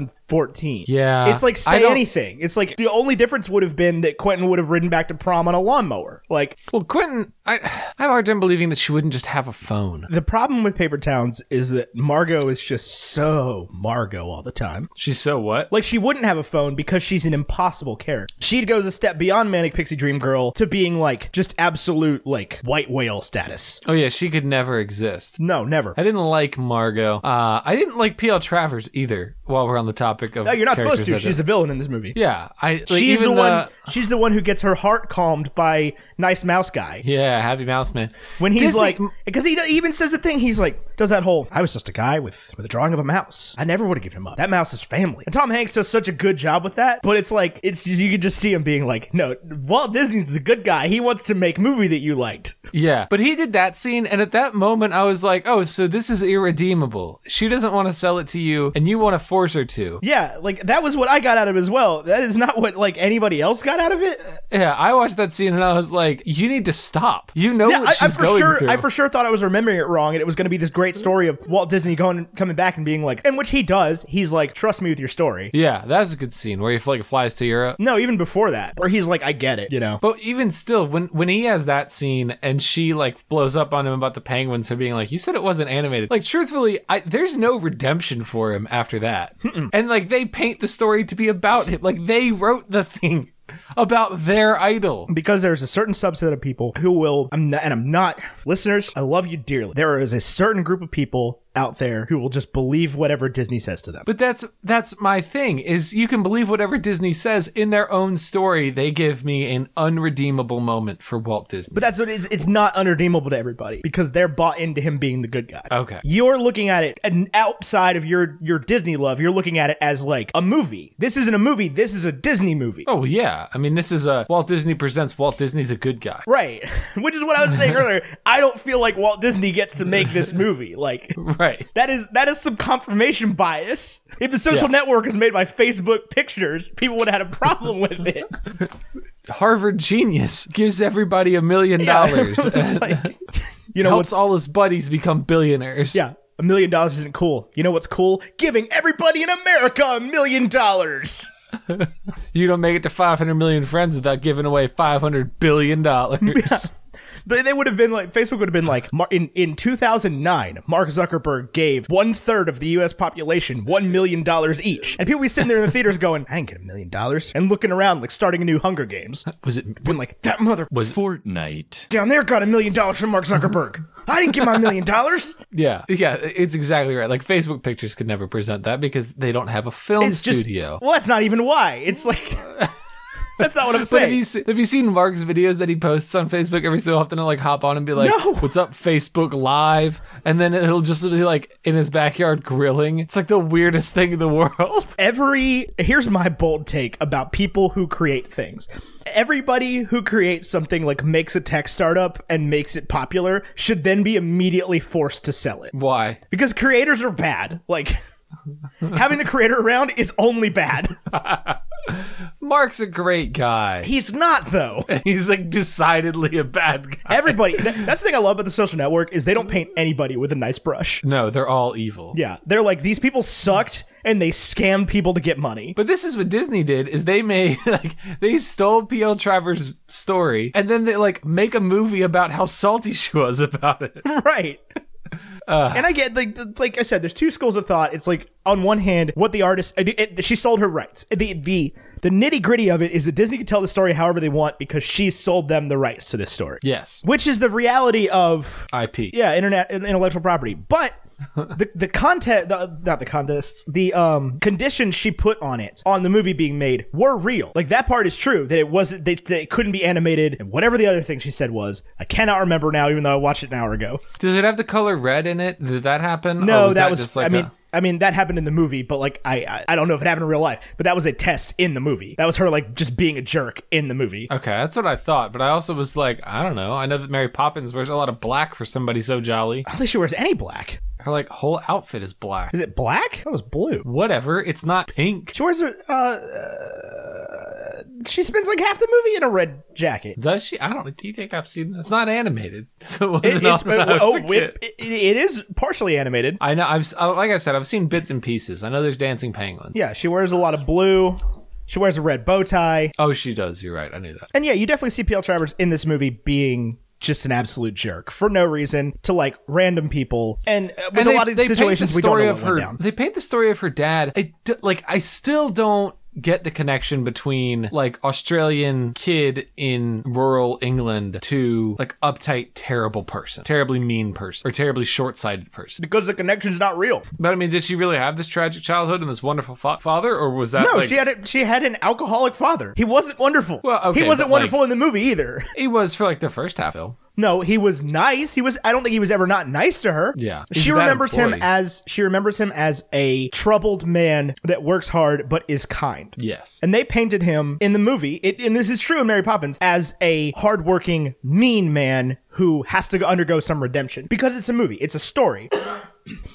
[SPEAKER 3] 2014.
[SPEAKER 2] Yeah.
[SPEAKER 3] it's like
[SPEAKER 2] I
[SPEAKER 3] say
[SPEAKER 2] don't-
[SPEAKER 3] anything. It's like the only difference would have been that Quentin would have ridden back to prom on a lawnmower. Like
[SPEAKER 2] Well, Quentin, I, I have a hard time believing that she wouldn't just have a phone.
[SPEAKER 3] the problem with Paper Towns is that Margot is just so Margot all the time.
[SPEAKER 2] She's so what?
[SPEAKER 3] Like she wouldn't have a phone because she's an impossible character. She goes a step beyond manic pixie dream girl to being like just absolute like white whale status.
[SPEAKER 2] Oh yeah, she could never exist.
[SPEAKER 3] No, never.
[SPEAKER 2] I didn't like Margot. Uh, I didn't like P.L. Travers either. While we're on the topic of
[SPEAKER 3] No, you're not supposed to.
[SPEAKER 2] characters I
[SPEAKER 3] She's the villain in this movie.
[SPEAKER 2] don't- yeah, I like,
[SPEAKER 3] she's the
[SPEAKER 2] even
[SPEAKER 3] one. she's the one who gets her heart calmed by nice mouse guy
[SPEAKER 2] Yeah, Happy Mouse Man.
[SPEAKER 3] when he's
[SPEAKER 2] Disney-
[SPEAKER 3] like because he, he even says a thing. He's like, does that whole I was just a guy with with a drawing of a mouse. I never would have given him up. That mouse is family. And Tom Hanks does such a good job with that, but it's like it's you can just see him being like, no, Walt Disney's the good guy. He wants to make movie that you liked.
[SPEAKER 2] Yeah. But he did that scene, and at that moment, I was like, oh, so this is irredeemable. She doesn't want to sell it to you, and you want to force her to.
[SPEAKER 3] Yeah, like that was what I got out of it as well. That is not what like anybody else got out of it.
[SPEAKER 2] Yeah. I watched that scene, and I was like, you need to stop. You know
[SPEAKER 3] Yeah,
[SPEAKER 2] what
[SPEAKER 3] I, I
[SPEAKER 2] Oh, she's
[SPEAKER 3] for
[SPEAKER 2] going
[SPEAKER 3] sure,
[SPEAKER 2] through.
[SPEAKER 3] I for sure thought I was remembering it wrong, and it was going to be this great story of Walt Disney going, coming back and being like, and which he does. He's like, trust me with your story.
[SPEAKER 2] yeah, that's a good scene where he like flies to Europe.
[SPEAKER 3] No, even before that, where he's like, I get it, you know.
[SPEAKER 2] But even still, when when he has that scene and she like blows up on him about the penguins for being like, "You said it wasn't animated." Like, truthfully, I, there's no redemption for him after that. And like, they paint the story to be about him. Like, they wrote the thing about their idol.
[SPEAKER 3] because there's a certain subset of people who will I'm not, and I'm not listeners I love you dearly there is a certain group of people out there who will just believe whatever Disney says to them
[SPEAKER 2] But that's that's my thing is you can believe whatever Disney says in their own story. They give me an unredeemable moment for Walt Disney.
[SPEAKER 3] but that's what it's, it's not unredeemable to everybody because they're bought into him being the good guy
[SPEAKER 2] Okay.
[SPEAKER 3] you're looking at it and outside of your your Disney love you're looking at it as like a movie this isn't a movie this is a Disney movie
[SPEAKER 2] oh yeah, I mean this is a Walt Disney presents Walt Disney's a good guy.
[SPEAKER 3] Right, which is what I was saying earlier. I don't feel like Walt Disney gets to make this movie. Like,
[SPEAKER 2] Right.
[SPEAKER 3] That is that is some confirmation bias. If the social
[SPEAKER 2] Yeah.
[SPEAKER 3] network was made by Facebook pictures, people would have had a problem with it.
[SPEAKER 2] Harvard genius gives everybody a million dollars.
[SPEAKER 3] like, you know
[SPEAKER 2] helps
[SPEAKER 3] what's
[SPEAKER 2] all his buddies become billionaires.
[SPEAKER 3] yeah, a million dollars isn't cool. You know what's cool? Giving everybody in America a million dollars.
[SPEAKER 2] You don't make it to 500 million friends without giving away 500 billion dollars.
[SPEAKER 3] They, they would have been like Facebook would have been like Mar- in in 2009, Mark Zuckerberg gave one third of the U.S. population one million dollars each, and people would be sitting there in the theaters going, "I didn't get a million dollars," and looking around like starting a new Hunger Games.
[SPEAKER 2] Was it
[SPEAKER 3] Been like that mother
[SPEAKER 1] Fortnite.
[SPEAKER 3] down there got a million dollars from Mark Zuckerberg. I didn't get my million dollars.
[SPEAKER 2] Yeah. Yeah, it's exactly right. Like Facebook Pictures could never present that because they don't have a film
[SPEAKER 3] It's just
[SPEAKER 2] studio.
[SPEAKER 3] well, that's not even why. It's like that's not what I'm
[SPEAKER 2] But have you,
[SPEAKER 3] saying.
[SPEAKER 2] se- have you seen Mark's videos that he posts on Facebook every so often? I'll like hop on and be like,
[SPEAKER 3] No.
[SPEAKER 2] "What's up, Facebook Live?" And then it'll just be like in his backyard grilling. It's like the weirdest thing in the world.
[SPEAKER 3] Every here's my bold take about people who create things. Everybody who creates something like makes a tech startup and makes it popular should then be immediately forced to sell it
[SPEAKER 2] Why?
[SPEAKER 3] because creators are bad. Like having the creator around is only bad.
[SPEAKER 2] Mark's a great guy.
[SPEAKER 3] He's not though.
[SPEAKER 2] He's like decidedly a bad guy.
[SPEAKER 3] Everybody. th- that's the thing I love about the social network is they don't paint anybody with a nice brush.
[SPEAKER 2] No, they're all evil.
[SPEAKER 3] Yeah, they're like these people sucked and they scammed people to get money.
[SPEAKER 2] But this is what Disney did is they made like they stole P.L. Travers' story and then they like make a movie about how salty she was about it.
[SPEAKER 3] right. and I get like the, like I said, there's two schools of thought. It's like on one hand, what the artist it, it- she sold her rights. The the the nitty gritty of it is that Disney can tell the story however they want because she sold them the rights to this story.
[SPEAKER 2] Yes.
[SPEAKER 3] Which is the reality of
[SPEAKER 2] IP.
[SPEAKER 3] yeah, internet intellectual property. But the the content, the, not the contests, the um conditions she put on it on the movie being made were real. Like that part is true that it wasn't they, that it couldn't be animated and whatever the other thing she said was. I cannot remember now, even though I watched it an hour ago.
[SPEAKER 2] Does it have the color red in it? Did Oh, that happen? Or
[SPEAKER 3] No, that, was.
[SPEAKER 2] just like
[SPEAKER 3] I mean.
[SPEAKER 2] a-
[SPEAKER 3] I mean that happened in the movie, but like I, I I don't know if it happened in real life, but that was a test in the movie. That was her like just being a jerk in the movie.
[SPEAKER 2] Okay, that's what I thought, but I also was like, I don't know. I know that Mary Poppins wears a lot of black for somebody so jolly.
[SPEAKER 3] I don't think she wears any black.
[SPEAKER 2] Her like whole outfit is black.
[SPEAKER 3] Is it black? That was blue.
[SPEAKER 2] Whatever, it's not pink.
[SPEAKER 3] She wears a. Uh, uh, she spends like half the movie in a red jacket.
[SPEAKER 2] Does she? I don't. Do you think I've seen? It's not animated. So it
[SPEAKER 3] It
[SPEAKER 2] wasn't
[SPEAKER 3] is,
[SPEAKER 2] on when I was
[SPEAKER 3] oh,
[SPEAKER 2] a kid.
[SPEAKER 3] it, it, it is partially animated.
[SPEAKER 2] I know. I've s- uh, like I said, I've seen bits and pieces. I know there's dancing penguin.
[SPEAKER 3] Yeah, she wears a lot of blue. She wears a red bow tie,
[SPEAKER 2] Oh, she does. You're right. I knew that.
[SPEAKER 3] and yeah, you definitely see P.L. Travers in this movie being just an absolute jerk for no reason to like random people, and uh, with
[SPEAKER 2] And
[SPEAKER 3] a lot of
[SPEAKER 2] paint
[SPEAKER 3] situations
[SPEAKER 2] the
[SPEAKER 3] we don't
[SPEAKER 2] story
[SPEAKER 3] know
[SPEAKER 2] of
[SPEAKER 3] what
[SPEAKER 2] her.
[SPEAKER 3] went down.
[SPEAKER 2] They paint the story of her dad. I d- like. I still don't get the connection between like Australian kid in rural England to like uptight, terrible person, terribly mean person, or terribly short-sighted person.
[SPEAKER 3] Because the connection's not real.
[SPEAKER 2] But I mean, did she really have this tragic childhood and this wonderful fa- father, or was that
[SPEAKER 3] No,
[SPEAKER 2] Uh, like
[SPEAKER 3] she had a, she had an alcoholic father. He wasn't wonderful.
[SPEAKER 2] Well, okay,
[SPEAKER 3] he wasn't
[SPEAKER 2] but, like-
[SPEAKER 3] wonderful in the movie either.
[SPEAKER 2] he was for like the first half film?
[SPEAKER 3] No, he was nice. He was. I don't think he was ever not nice to her.
[SPEAKER 2] Yeah. He's
[SPEAKER 3] she
[SPEAKER 2] a bad
[SPEAKER 3] remembers him
[SPEAKER 2] employee.
[SPEAKER 3] as she remembers him as a troubled man that works hard but is kind.
[SPEAKER 2] Yes.
[SPEAKER 3] And they painted him in the movie, it, and this is true in Mary Poppins, as a hardworking, mean man who has to undergo some redemption because it's a movie, it's a story.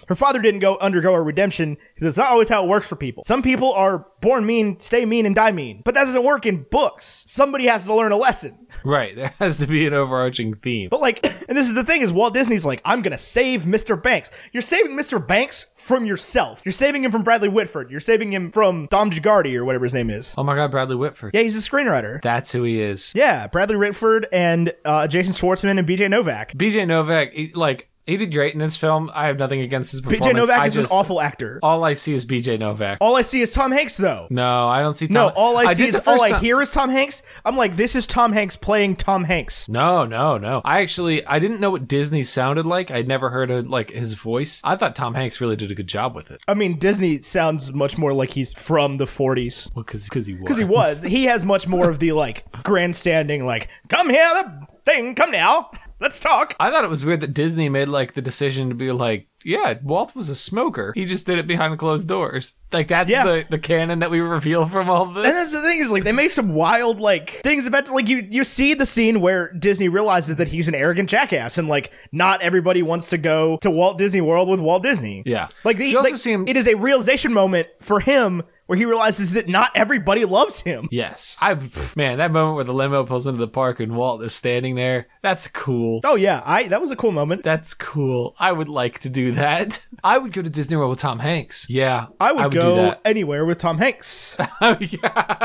[SPEAKER 3] Her father didn't go undergo a redemption because it's not always how it works for people. Some people are born mean, stay mean, and die mean, but that doesn't work in books. Somebody has to learn a lesson.
[SPEAKER 2] right. There has to be an overarching theme.
[SPEAKER 3] But like, and this is the thing is Walt Disney's like, I'm gonna save Mr. Banks. You're saving Mr. Banks from yourself. You're saving him from Bradley Whitford. You're saving him from Dom Gigardi or whatever his name is.
[SPEAKER 2] Oh my God, Bradley Whitford.
[SPEAKER 3] Yeah, he's a screenwriter.
[SPEAKER 2] That's who he is.
[SPEAKER 3] Yeah, Bradley Whitford and uh, Jason Schwartzman and BJ Novak.
[SPEAKER 2] BJ Novak, he, like, he did great in this film. I have nothing against his performance.
[SPEAKER 3] BJ Novak
[SPEAKER 2] I
[SPEAKER 3] is
[SPEAKER 2] just-
[SPEAKER 3] an awful actor.
[SPEAKER 2] All I see is BJ Novak.
[SPEAKER 3] All I see is Tom Hanks, though.
[SPEAKER 2] no, I don't see Tom.
[SPEAKER 3] No, all I, see
[SPEAKER 2] did
[SPEAKER 3] is
[SPEAKER 2] the
[SPEAKER 3] all
[SPEAKER 2] first
[SPEAKER 3] I
[SPEAKER 2] time-
[SPEAKER 3] hear is Tom Hanks. I'm like, this is Tom Hanks playing Tom Hanks.
[SPEAKER 2] No, no, no. I actually I didn't know what Disney sounded like. I'd never heard of like his voice. I thought Tom Hanks really did a good job with it.
[SPEAKER 3] I mean, Disney sounds much more like he's from the 40s.
[SPEAKER 2] Well, because because he was
[SPEAKER 3] Because he was. He has much more of the like grandstanding, like, come here, the thing, come now, let's talk.
[SPEAKER 2] I thought it was weird that Disney made like the decision to be like, yeah, Walt was a smoker. He just did it behind closed doors. Like that's
[SPEAKER 3] Yeah.
[SPEAKER 2] the the canon that we reveal from all
[SPEAKER 3] And
[SPEAKER 2] this.
[SPEAKER 3] that's the thing is like they make some wild like things about like you you see the scene where Disney realizes that he's an arrogant jackass and like not everybody wants to go to Walt Disney World with Walt Disney.
[SPEAKER 2] Yeah.
[SPEAKER 3] Like, they,
[SPEAKER 2] You also
[SPEAKER 3] like,
[SPEAKER 2] see him-
[SPEAKER 3] it is a realization moment for him where he realizes that not everybody loves him.
[SPEAKER 2] Yes, I man, that moment where the limo pulls into the park and Walt is standing there. That's cool.
[SPEAKER 3] Oh yeah, I that was a cool moment.
[SPEAKER 2] That's cool. I would like to do that. I would go to Disney World with Tom Hanks. Yeah,
[SPEAKER 3] I would,
[SPEAKER 2] do
[SPEAKER 3] go
[SPEAKER 2] that.
[SPEAKER 3] anywhere with Tom Hanks.
[SPEAKER 2] Oh,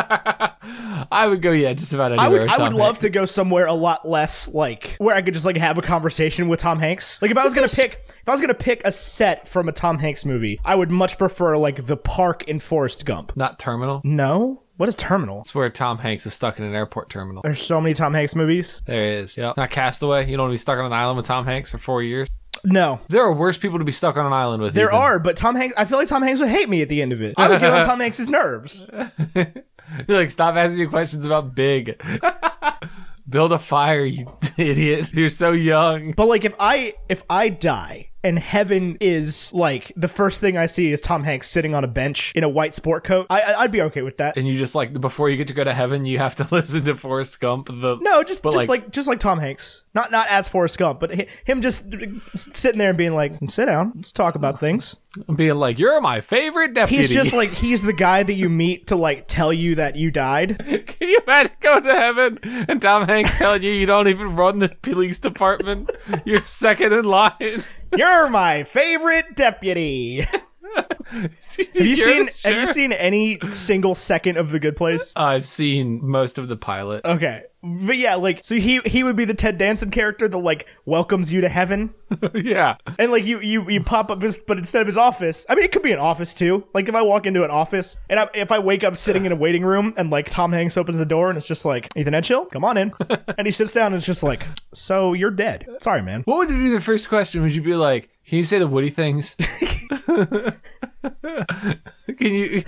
[SPEAKER 2] yeah. I would go, yeah, just about anywhere.
[SPEAKER 3] I would,
[SPEAKER 2] with
[SPEAKER 3] I
[SPEAKER 2] Tom
[SPEAKER 3] would love
[SPEAKER 2] Hanks.
[SPEAKER 3] to go somewhere a lot less like where I could just like have a conversation with Tom Hanks. Like if I was gonna pick, if I was gonna pick a set from a Tom Hanks movie, I would much prefer like the park in Forrest Gump.
[SPEAKER 2] Not Terminal.
[SPEAKER 3] No, what is Terminal?
[SPEAKER 2] It's where Tom Hanks is stuck in an airport terminal.
[SPEAKER 3] There's so many Tom Hanks movies.
[SPEAKER 2] There he is. Yep. Not Castaway. You don't want to be stuck on an island with Tom Hanks for four years.
[SPEAKER 3] No.
[SPEAKER 2] There are worse people to be stuck on an island with.
[SPEAKER 3] There
[SPEAKER 2] Ethan.
[SPEAKER 3] are, but Tom Hanks. I feel like Tom Hanks would hate me at the end of it. I would get on Tom Hanks's nerves.
[SPEAKER 2] You're like, stop asking me questions about big. Build a fire, you idiot. You're so young.
[SPEAKER 3] But like, if I if I die and heaven is like the first thing I see is Tom Hanks sitting on a bench in a white sport coat, I, I- I'd be okay with that.
[SPEAKER 2] And you just like before you get to go to heaven, you have to listen to Forrest Gump. The
[SPEAKER 3] No, just
[SPEAKER 2] But,
[SPEAKER 3] just
[SPEAKER 2] like-
[SPEAKER 3] like, just like Tom Hanks, not not as Forrest Gump, but hi- him just sitting there and being like, "Sit down, let's talk about things."
[SPEAKER 2] being like, "You're my favorite deputy."
[SPEAKER 3] He's just like he's the guy that you meet to like tell you that you died.
[SPEAKER 2] Can you imagine going to heaven and Tom Hanks telling you you don't even run the police department? You're second in line.
[SPEAKER 3] You're my favorite deputy. Have you seen Have you seen any single second of The Good Place?
[SPEAKER 2] I've seen most of the pilot.
[SPEAKER 3] Okay, but yeah, like so he he would be the Ted Danson character that like welcomes you to heaven.
[SPEAKER 2] yeah,
[SPEAKER 3] And like you, you, you pop up, his, but instead of his office, I mean, it could be an office too. Like if I walk into an office and I, if I wake up sitting in a waiting room and like Tom Hanks opens the door and it's just like Ethan Edgehill, come on in, and he sits down and it's just like, so you're dead. Sorry, man.
[SPEAKER 2] what would be the first question? Would you be like, "Can you say the Woody things?" Can you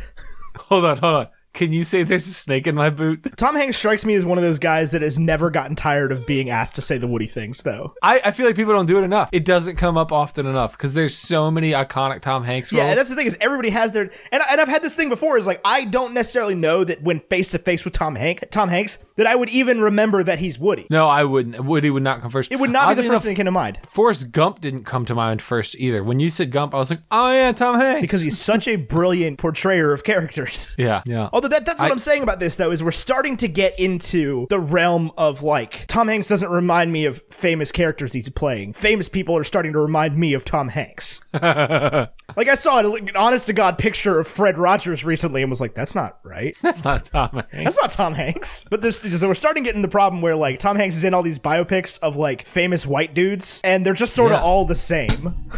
[SPEAKER 2] hold on? Hold on. Can you say there's a snake in my boot?
[SPEAKER 3] Tom Hanks strikes me as one of those guys that has never gotten tired of being asked to say the Woody things, though.
[SPEAKER 2] I, I feel like people don't do it enough. It doesn't come up often enough because there's so many iconic Tom Hanks roles.
[SPEAKER 3] Yeah, that's the thing is everybody has their and and I've had this thing before is like I don't necessarily know that when face to face with Tom Hank Tom Hanks that I would even remember that he's Woody.
[SPEAKER 2] no, I wouldn't. Woody would not come first.
[SPEAKER 3] It would not be the first
[SPEAKER 2] enough,
[SPEAKER 3] thing that came to mind
[SPEAKER 2] Forrest Gump didn't come to mind first either. When you said Gump, I was like, oh yeah, Tom Hanks.
[SPEAKER 3] because he's such a brilliant portrayer of characters.
[SPEAKER 2] yeah, yeah.
[SPEAKER 3] Although that, that's what
[SPEAKER 2] I-
[SPEAKER 3] I, am saying about this though is we're starting to get into the realm of like Tom Hanks doesn't remind me of famous characters he's playing. Famous people are starting to remind me of Tom Hanks. like I saw an, an honest to god picture of Fred Rogers recently and was like, that's not right.
[SPEAKER 2] That's not Tom Hanks.
[SPEAKER 3] That's not Tom Hanks. But there's so we're starting getting the problem where like Tom Hanks is in all these biopics of like famous white dudes and they're just sort
[SPEAKER 2] Yeah.
[SPEAKER 3] of all the same.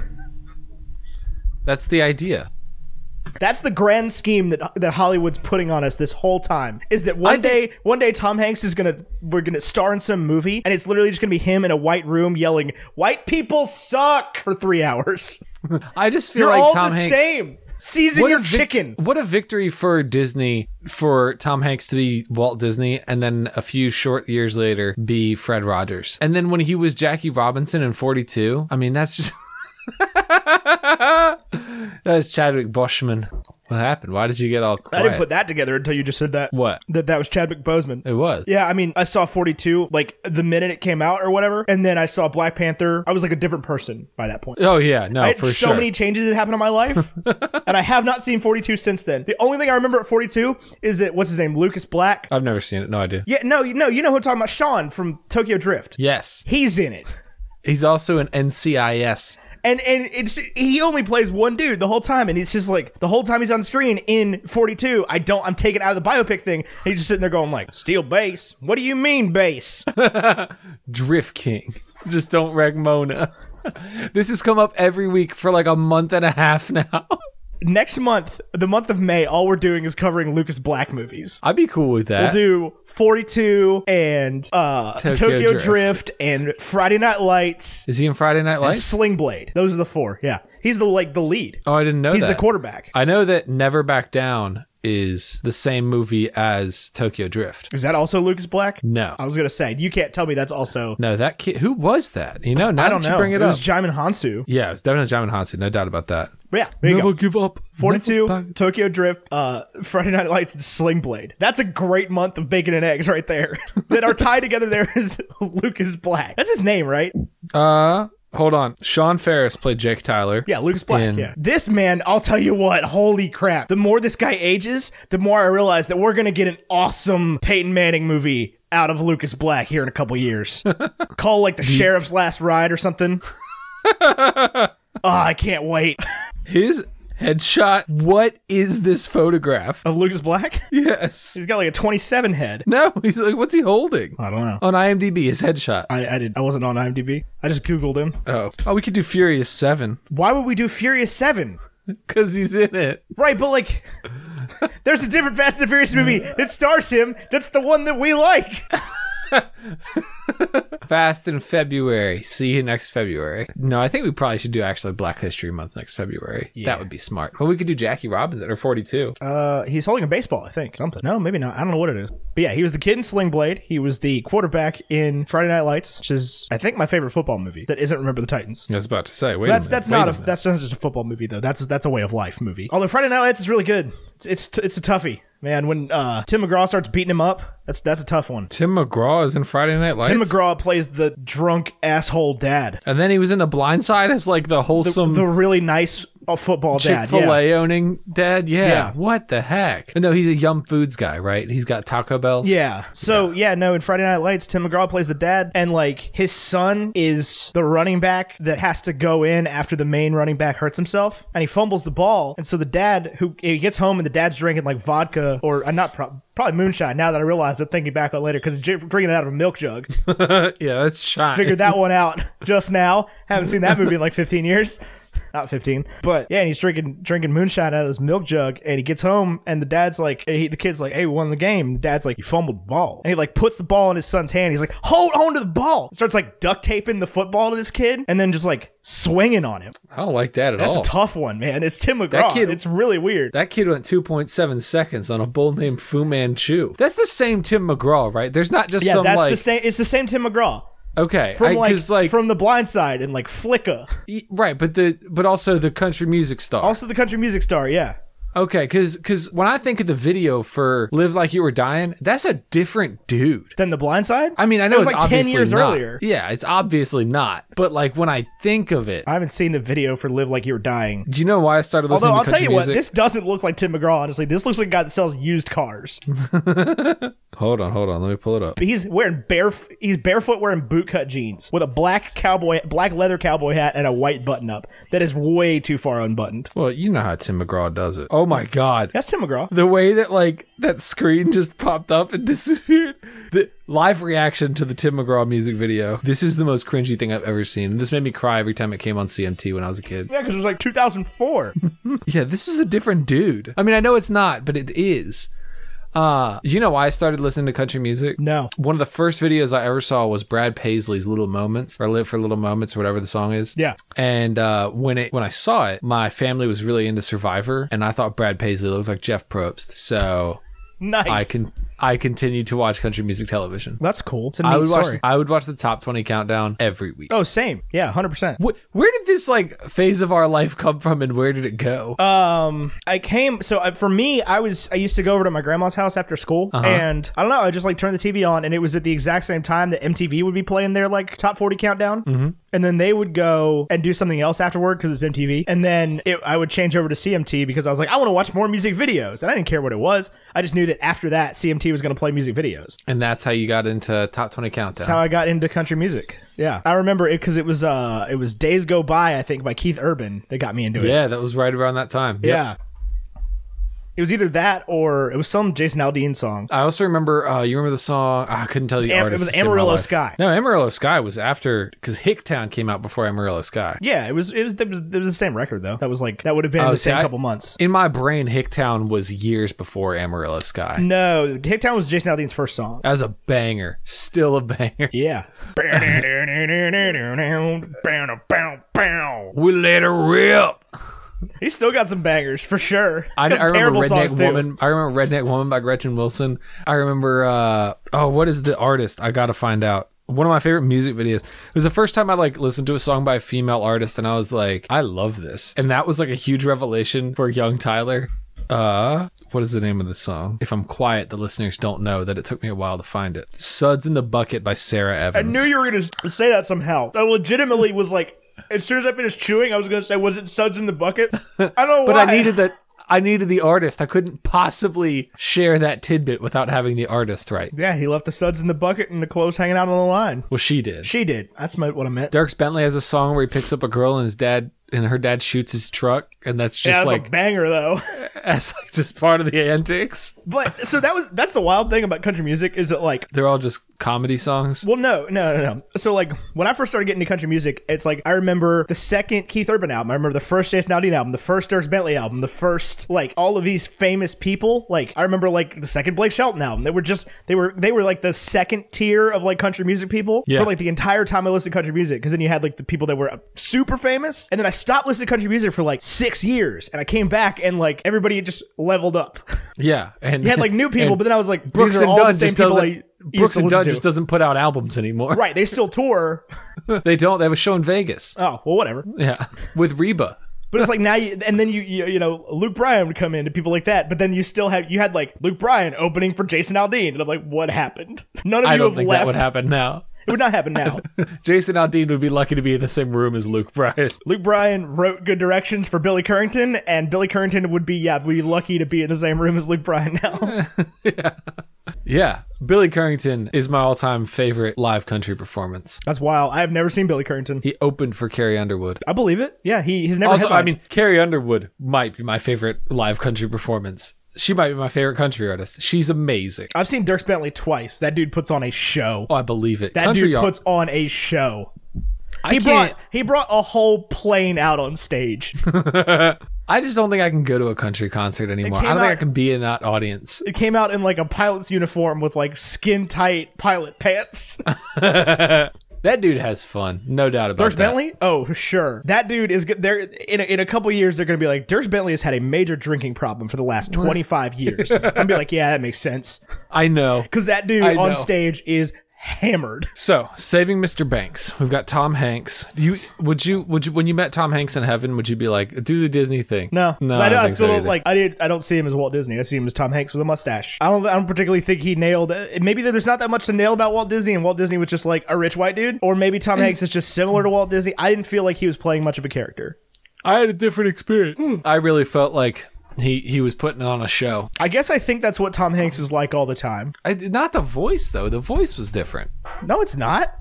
[SPEAKER 2] That's the idea.
[SPEAKER 3] That's the grand scheme that that Hollywood's putting on us this whole time. Is that one day, one day Tom Hanks is gonna we're gonna star in some movie, and it's literally just gonna be him in a white room yelling "White people suck" for three hours.
[SPEAKER 2] I just feel
[SPEAKER 3] You're
[SPEAKER 2] like
[SPEAKER 3] all
[SPEAKER 2] Tom
[SPEAKER 3] the
[SPEAKER 2] Hanks.
[SPEAKER 3] same. Season your
[SPEAKER 2] vic-
[SPEAKER 3] chicken.
[SPEAKER 2] What a victory for Disney for Tom Hanks to be Walt Disney and then a few short years later be Fred Rogers. And then when he was Jackie Robinson in 42, I mean, that's just. that was Chadwick Boseman. What happened? Why did you get all
[SPEAKER 3] I
[SPEAKER 2] quiet?
[SPEAKER 3] didn't put that together until you just said that.
[SPEAKER 2] What?
[SPEAKER 3] That that was Chadwick Boseman.
[SPEAKER 2] It was.
[SPEAKER 3] Yeah, I mean, I saw 42 like the minute it came out or whatever, and then I saw Black Panther. I was like a different person by that point.
[SPEAKER 2] Oh, yeah. No,
[SPEAKER 3] I had
[SPEAKER 2] for
[SPEAKER 3] so
[SPEAKER 2] sure.
[SPEAKER 3] many changes that happened in my life, and I have not seen 42 since then. The only thing I remember at 42 is that what's his name, Lucas Black.
[SPEAKER 2] I've never seen it. No idea.
[SPEAKER 3] yeah, no, you know, you know who I'm talking about, Sean from Tokyo Drift.
[SPEAKER 2] Yes.
[SPEAKER 3] He's in it,
[SPEAKER 2] He's also an NCIS.
[SPEAKER 3] and and it's he only plays one dude the whole time, and it's just like the whole time he's on screen in 42. I don't, I'm taken out of the biopic thing. And he's just sitting there going like, "Steel base? What do you mean base?"
[SPEAKER 2] Drift King. Just don't wreck Mona. this has come up every week for like a month and a half now.
[SPEAKER 3] next month, the month of May, all we're doing is covering Lucas Black movies.
[SPEAKER 2] I'd be cool with that.
[SPEAKER 3] We'll do 42 and uh,
[SPEAKER 2] Tokyo
[SPEAKER 3] Tokyo,
[SPEAKER 2] Drift.
[SPEAKER 3] Drift. and Friday Night Lights,
[SPEAKER 2] Is he in Friday Night Lights?
[SPEAKER 3] Sling Blade. Those are the four. Yeah, he's the like the lead.
[SPEAKER 2] Oh, I didn't know
[SPEAKER 3] he's
[SPEAKER 2] that.
[SPEAKER 3] the quarterback.
[SPEAKER 2] I know that Never Back Down is the same movie as Tokyo Drift.
[SPEAKER 3] Is that also Lucas Black?
[SPEAKER 2] No.
[SPEAKER 3] I was gonna say you can't tell me that's also.
[SPEAKER 2] No, that kid. Who was that? You know, now
[SPEAKER 3] I don't
[SPEAKER 2] that
[SPEAKER 3] know.
[SPEAKER 2] you bring it,
[SPEAKER 3] it
[SPEAKER 2] up.
[SPEAKER 3] was Jaimin Hansu.
[SPEAKER 2] yeah, it was definitely John Hansen. No doubt about that.
[SPEAKER 3] But yeah, there you go.
[SPEAKER 2] give up.
[SPEAKER 3] 42,
[SPEAKER 2] Never back-
[SPEAKER 3] Tokyo Drift, uh, Friday Night Lights, and Sling Blade. That's a great month of bacon and eggs right there. that are tied together there is Lucas Black. That's his name, right?
[SPEAKER 2] Uh, hold on. Sean Ferris played Jake Tyler.
[SPEAKER 3] Yeah, Lucas Black.
[SPEAKER 2] In-
[SPEAKER 3] yeah. This man, I'll tell you what, holy crap. The more this guy ages, the more I realize that we're going to get an awesome Peyton Manning movie out of Lucas Black here in a couple years. Call like the Sheriff's Last Ride or something. oh, I can't wait.
[SPEAKER 2] His headshot. What is this photograph?
[SPEAKER 3] Of Lucas Black?
[SPEAKER 2] Yes.
[SPEAKER 3] He's got like a 27 head.
[SPEAKER 2] No, he's like, what's he holding?
[SPEAKER 3] I don't know.
[SPEAKER 2] On IMDb, his headshot.
[SPEAKER 3] I, I did. I wasn't on IMDb. I just Googled him.
[SPEAKER 2] Oh, oh, we could do Furious Seven
[SPEAKER 3] Why would we do Furious Seven?
[SPEAKER 2] because he's in it.
[SPEAKER 3] Right, but like, there's a different Fast and Furious movie that stars him. That's the one that we like.
[SPEAKER 2] Fast in February. See you next February. No, I think we probably should do actually Black History Month next February. That would be smart. Well, we could do Jackie Robinson or 42.
[SPEAKER 3] Uh, he's holding a baseball, I think. Something. No, maybe not. I don't know what it is. But yeah, he was the kid in Sling Blade. He was the quarterback in Friday Night Lights, which is, I think, my favorite football movie. That isn't Remember the Titans.
[SPEAKER 2] I was about to say. Wait,
[SPEAKER 3] That's
[SPEAKER 2] a minute,
[SPEAKER 3] that's
[SPEAKER 2] wait
[SPEAKER 3] not
[SPEAKER 2] a
[SPEAKER 3] a,
[SPEAKER 2] minute.
[SPEAKER 3] that's not just a football movie though. That's that's a way of life movie. Although Friday Night Lights is really good. It's it's, t- it's a toughie, man. When uh, Tim McGraw starts beating him up, that's that's a tough one.
[SPEAKER 2] Tim McGraw is in Friday Night Lights.
[SPEAKER 3] Tim McGraw plays the drunk asshole dad,
[SPEAKER 2] and then he was in The Blind Side as like the wholesome
[SPEAKER 3] the really nice uh, football
[SPEAKER 2] Chick
[SPEAKER 3] dad.
[SPEAKER 2] Fil
[SPEAKER 3] Yeah.
[SPEAKER 2] A owning dad. Yeah.
[SPEAKER 3] Yeah.
[SPEAKER 2] What the heck? No, he's a Yum Foods guy, right? He's got Taco Bells.
[SPEAKER 3] Yeah. So yeah. no. In Friday Night Lights, Tim McGraw plays the dad, and like his son is the running back that has to go in after the main running back hurts himself, and he fumbles the ball, and so the dad who he gets home and the dad's drinking like vodka or uh, not pro- probably moonshine. Now that I realize it, thinking back on it later, because he's dr- drinking it out of a milk jug.
[SPEAKER 2] yeah, that's shot.
[SPEAKER 3] Figured that one out just now. Haven't seen that movie in like 15 years. Not 15, but yeah, and he's drinking drinking moonshine out of this milk jug, and he gets home, and the dad's like, and he, the kid's like, hey, we won the game. And the dad's like, you fumbled the ball, and he like puts the ball in his son's hand. He's like, hold on to the ball. Starts like duct taping the football to this kid, and then just like swinging on him.
[SPEAKER 2] I don't like that at
[SPEAKER 3] That's
[SPEAKER 2] all.
[SPEAKER 3] a tough one, man. It's Tim McGraw.
[SPEAKER 2] Oh. That kid-
[SPEAKER 3] it's really weird.
[SPEAKER 2] That kid went 2.7 seconds on a bull named Fu Manchu. That's the same Tim McGraw, right? There's not just
[SPEAKER 3] yeah,
[SPEAKER 2] some
[SPEAKER 3] that's
[SPEAKER 2] like
[SPEAKER 3] the same. It's the same Tim McGraw
[SPEAKER 2] okay,
[SPEAKER 3] from
[SPEAKER 2] I,
[SPEAKER 3] like,
[SPEAKER 2] 'cause, like,
[SPEAKER 3] from the Blind Side and like Flicka.
[SPEAKER 2] y- right, but the but also the country music star.
[SPEAKER 3] Also the country music star. Yeah,
[SPEAKER 2] okay, because because when I think of the video for "Live Like You Were Dying," that's a different dude.
[SPEAKER 3] then the Blind Side.
[SPEAKER 2] I mean, I know
[SPEAKER 3] That was
[SPEAKER 2] it's
[SPEAKER 3] like 10
[SPEAKER 2] obviously
[SPEAKER 3] years
[SPEAKER 2] not.
[SPEAKER 3] earlier.
[SPEAKER 2] Yeah, it's obviously not. But like when I think of it,
[SPEAKER 3] I haven't seen the video for "Live Like You Were Dying."
[SPEAKER 2] do you know why I started listening
[SPEAKER 3] Although I'll
[SPEAKER 2] to
[SPEAKER 3] tell
[SPEAKER 2] country
[SPEAKER 3] you
[SPEAKER 2] music?
[SPEAKER 3] what, this doesn't look like Tim McGraw. Honestly, this looks like a guy that sells used cars.
[SPEAKER 2] hold on, hold on, let me pull it up.
[SPEAKER 3] But he's wearing bare, he's barefoot, wearing bootcut jeans with a black cowboy, black leather cowboy hat, and a white button up that is way too far unbuttoned.
[SPEAKER 2] Well, you know how Tim McGraw does it. Oh my god,
[SPEAKER 3] That's Tim McGraw.
[SPEAKER 2] the way that like that screen just popped up and disappeared the live reaction to the tim mcgraw music video this is the most cringy thing i've ever seen this made me cry every time it came on cmt when i was a kid
[SPEAKER 3] Yeah, because it was like 2004.
[SPEAKER 2] yeah this is a different dude i mean i know it's not but it is Uh, you know why I started listening to country music?
[SPEAKER 3] No.
[SPEAKER 2] One of the first videos I ever saw was Brad Paisley's Little Moments, or Live for Little Moments, or whatever the song is.
[SPEAKER 3] Yeah.
[SPEAKER 2] And uh, when it when I saw it, my family was really into Survivor, and I thought Brad Paisley looked like Jeff Probst, so
[SPEAKER 3] Nice.
[SPEAKER 2] I can I continued to watch country music television.
[SPEAKER 3] That's cool. It's a neat
[SPEAKER 2] I would
[SPEAKER 3] story.
[SPEAKER 2] watch I would watch the top twenty countdown every week.
[SPEAKER 3] Oh, same. Yeah, hundred percent.
[SPEAKER 2] Uh, Wh- Where did this like phase of our life come from, and where did it go?
[SPEAKER 3] Um, I came so I, for me, I was I used to go over to my grandma's house after school, and I don't know, I just like turned the TV on, and it was at the exact same time that MTV would be playing their like top forty countdown, mm-hmm. and then they would go and do something else afterward because it's MTV, and then it, I would change over to CMT because I was like, I want to watch more music videos, and I didn't care what it was, I just knew that after that CMT was going to play music videos.
[SPEAKER 2] and that's how you got into top twenty countdown.
[SPEAKER 3] That's how I got into country music. Yeah, I remember it because it was uh it was Days Go By I think by Keith Urban that got me into it.
[SPEAKER 2] yeah, that was right around that time. Yep.
[SPEAKER 3] Yeah. It was either that or it was some Jason Aldean song.
[SPEAKER 2] I also remember. Uh, you remember the song? ah, I couldn't tell the
[SPEAKER 3] Am- it
[SPEAKER 2] artist.
[SPEAKER 3] was
[SPEAKER 2] to save my
[SPEAKER 3] Amarillo
[SPEAKER 2] life.
[SPEAKER 3] Sky.
[SPEAKER 2] No, Amarillo Sky was after because Hicktown came out before Amarillo Sky.
[SPEAKER 3] Yeah, it was it was it was, it was the same record though. That was like that would have been
[SPEAKER 2] Oh,
[SPEAKER 3] the
[SPEAKER 2] see,
[SPEAKER 3] same
[SPEAKER 2] I-
[SPEAKER 3] couple months.
[SPEAKER 2] In my brain, Hicktown was years before Amarillo
[SPEAKER 3] Mm.
[SPEAKER 2] Sky.
[SPEAKER 3] No, Hicktown was Jason Aldean's first song.
[SPEAKER 2] As a banger, still a banger.
[SPEAKER 3] Yeah.
[SPEAKER 2] We let her rip.
[SPEAKER 3] He's still got some bangers for sure. He's
[SPEAKER 2] I,
[SPEAKER 3] got
[SPEAKER 2] I
[SPEAKER 3] some
[SPEAKER 2] remember
[SPEAKER 3] terrible
[SPEAKER 2] Redneck
[SPEAKER 3] songs, too.
[SPEAKER 2] Woman. I remember Redneck Woman by Gretchen Wilson. I remember. Uh, oh, what is the artist? I gotta find out. One of my favorite music videos. It was the first time I like listened to a song by a female artist, and I was like, I love this. And that was like a huge revelation for young Tyler. Uh, what is the name of the song? If I'm quiet, the listeners don't know that it took me a while to find it. Suds in the Bucket by Sarah
[SPEAKER 3] I
[SPEAKER 2] Evans.
[SPEAKER 3] knew you were gonna say that somehow. I legitimately was like, as soon as I finished chewing, I was gonna say, "Was it Suds in the Bucket?" I don't know
[SPEAKER 2] but
[SPEAKER 3] why.
[SPEAKER 2] I needed the I needed the artist. I couldn't possibly share that tidbit without having the artist right.
[SPEAKER 3] Yeah, he left the Suds in the Bucket and the clothes hanging out on the line.
[SPEAKER 2] Well, she did.
[SPEAKER 3] She did. That's my, what I meant.
[SPEAKER 2] Dirks Bentley has a song where he picks up a girl and his dad and her dad shoots his truck, and that's
[SPEAKER 3] Yeah,
[SPEAKER 2] just
[SPEAKER 3] that's a
[SPEAKER 2] like
[SPEAKER 3] banger though.
[SPEAKER 2] that's like just part of the antics.
[SPEAKER 3] but so that was that's the wild thing about country music is that like
[SPEAKER 2] They're all just comedy songs.
[SPEAKER 3] well no no no no so like when I first started getting into country music it's like I remember the second Keith Urban album I remember the first Jason Aldean album the first Dirks Bentley album the first like all of these famous people like I remember like the second Blake Shelton album they were just they were they were like the second tier of like country music people
[SPEAKER 2] Yeah.
[SPEAKER 3] for like the entire time I listened to country music because then you had like the people that were uh, super famous and then I stopped listening to country music for like six years and I came back and like everybody had just leveled up.
[SPEAKER 2] Yeah, and
[SPEAKER 3] You had like new people,
[SPEAKER 2] and
[SPEAKER 3] but then I was like,
[SPEAKER 2] Brooks
[SPEAKER 3] these are
[SPEAKER 2] and
[SPEAKER 3] all
[SPEAKER 2] Dunn
[SPEAKER 3] the same
[SPEAKER 2] just
[SPEAKER 3] people I
[SPEAKER 2] doesn't.
[SPEAKER 3] used
[SPEAKER 2] Brooks
[SPEAKER 3] to
[SPEAKER 2] and
[SPEAKER 3] listen
[SPEAKER 2] Dunn
[SPEAKER 3] to.
[SPEAKER 2] just doesn't put out albums anymore.
[SPEAKER 3] right. They still tour.
[SPEAKER 2] They don't. They have a show in Vegas.
[SPEAKER 3] Oh well, whatever.
[SPEAKER 2] Yeah, with Reba.
[SPEAKER 3] But it's like now, you, and then you, you you know Luke Bryan would come in and people like that. But then you still have you had like Luke Bryan opening for Jason Aldean, and I'm like, what happened? None of
[SPEAKER 2] I
[SPEAKER 3] you
[SPEAKER 2] don't
[SPEAKER 3] have
[SPEAKER 2] think
[SPEAKER 3] left.
[SPEAKER 2] that would happen now.
[SPEAKER 3] It would not happen now.
[SPEAKER 2] Jason Aldean would be lucky to be in the same room as Luke Bryan.
[SPEAKER 3] Luke Bryan wrote Good Directions for Billy Currington, and Billy Currington would be yeah, be lucky to be in the same room as Luke Bryan now.
[SPEAKER 2] Yeah, Billy Currington is my all-time favorite live country performance.
[SPEAKER 3] That's wild. I have never seen Billy Currington.
[SPEAKER 2] He opened for Carrie Underwood.
[SPEAKER 3] I believe it. Yeah, he he's never.
[SPEAKER 2] Also, I
[SPEAKER 3] headlined.
[SPEAKER 2] mean, Carrie Underwood might be my favorite live country performance. She might be my favorite country artist. She's amazing.
[SPEAKER 3] I've seen Dirk Bentley twice. That dude puts on a show.
[SPEAKER 2] Oh, I believe it.
[SPEAKER 3] That
[SPEAKER 2] country
[SPEAKER 3] dude
[SPEAKER 2] art-
[SPEAKER 3] puts on a show.
[SPEAKER 2] I
[SPEAKER 3] He
[SPEAKER 2] can't-
[SPEAKER 3] brought he brought a whole plane out on stage.
[SPEAKER 2] I just don't think I can go to a country concert anymore. I
[SPEAKER 3] came
[SPEAKER 2] don't think I
[SPEAKER 3] out-
[SPEAKER 2] can be in that audience.
[SPEAKER 3] it came out in like a pilot's uniform with like skin tight pilot pants.
[SPEAKER 2] That dude has fun, no doubt about
[SPEAKER 3] Dirk
[SPEAKER 2] that.
[SPEAKER 3] Bentley? Oh, sure. That dude is good. There in a, in a couple years they're gonna be like Dirk Bentley has had a major drinking problem for the last twenty five years. I'm gonna be like, yeah, that makes sense
[SPEAKER 2] I know.
[SPEAKER 3] because that dude
[SPEAKER 2] I
[SPEAKER 3] on
[SPEAKER 2] know.
[SPEAKER 3] stage is hammered.
[SPEAKER 2] So, saving Mr. Banks. We've got Tom Hanks. Do You would you would you when you met Tom Hanks in heaven? Would you be like, do the Disney thing?
[SPEAKER 3] No,
[SPEAKER 2] no.
[SPEAKER 3] 'Cause I,
[SPEAKER 2] I,
[SPEAKER 3] know-
[SPEAKER 2] don't
[SPEAKER 3] I
[SPEAKER 2] think
[SPEAKER 3] still
[SPEAKER 2] so
[SPEAKER 3] don't
[SPEAKER 2] either.
[SPEAKER 3] like. I did. I don't see him as Walt Disney. I see him as Tom Hanks with a mustache. I don't. I don't particularly think he nailed. uh, Maybe there's not that much to nail about Walt Disney, and Walt Disney was just like a rich white dude, or maybe Tom Hanks is just similar to Walt Disney. I didn't feel like he was playing much of a character.
[SPEAKER 2] I had a different experience.
[SPEAKER 3] Mm.
[SPEAKER 2] I really felt like he he was putting on a show.
[SPEAKER 3] I guess I think that's what Tom Hanks is like all the time.
[SPEAKER 2] I, not the voice though. The voice was different.
[SPEAKER 3] No, it's not.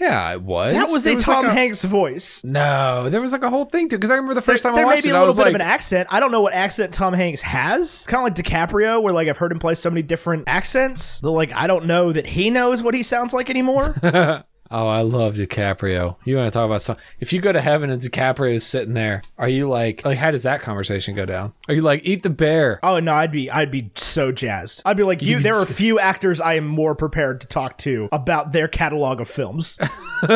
[SPEAKER 2] Yeah, it was.
[SPEAKER 3] That was
[SPEAKER 2] There
[SPEAKER 3] a Tom
[SPEAKER 2] like
[SPEAKER 3] Hanks voice.
[SPEAKER 2] No, there was like a whole thing too. Because I remember the first time I
[SPEAKER 3] there may
[SPEAKER 2] watched
[SPEAKER 3] be
[SPEAKER 2] it,
[SPEAKER 3] a
[SPEAKER 2] I
[SPEAKER 3] little
[SPEAKER 2] was
[SPEAKER 3] bit
[SPEAKER 2] like,
[SPEAKER 3] of an accent. I don't know what accent Tom Hanks has. Kind of like DiCaprio, where like I've heard him play so many different accents that like I don't know that he knows what he sounds like anymore.
[SPEAKER 2] Oh, I love DiCaprio. You want to talk about some? If you go to heaven and DiCaprio's sitting there, are you like, like, how does that conversation go down? Are you like, eat the bear?
[SPEAKER 3] Oh no, I'd be I'd be so jazzed. I'd be like, you. There are few actors I am more prepared to talk to about their catalog of films.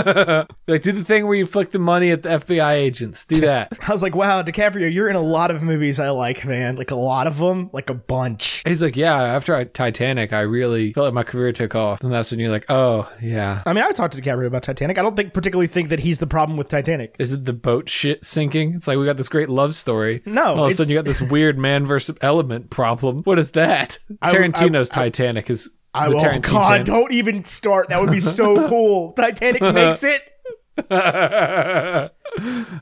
[SPEAKER 2] Like, do the thing where you flick the money at the FBI agents. Do that.
[SPEAKER 3] I was like, wow, DiCaprio, you're in a lot of movies I like, man. Like a lot of them, like a bunch.
[SPEAKER 2] He's like, yeah. After I, Titanic, I really felt like my career took off, and that's when you're like, oh yeah.
[SPEAKER 3] I mean, I talked to DiCaprio about Titanic. I don't think particularly think that he's the problem with Titanic.
[SPEAKER 2] Is it the boat shit sinking? It's like we got this great love story.
[SPEAKER 3] No,
[SPEAKER 2] All of a
[SPEAKER 3] it's-
[SPEAKER 2] sudden you got this weird man versus element problem. What is that?
[SPEAKER 3] will- I-
[SPEAKER 2] Tarantino's Titanic is
[SPEAKER 3] I
[SPEAKER 2] the
[SPEAKER 3] will.
[SPEAKER 2] Tarantino.
[SPEAKER 3] God, don't even start. That would be so cool. Titanic makes it.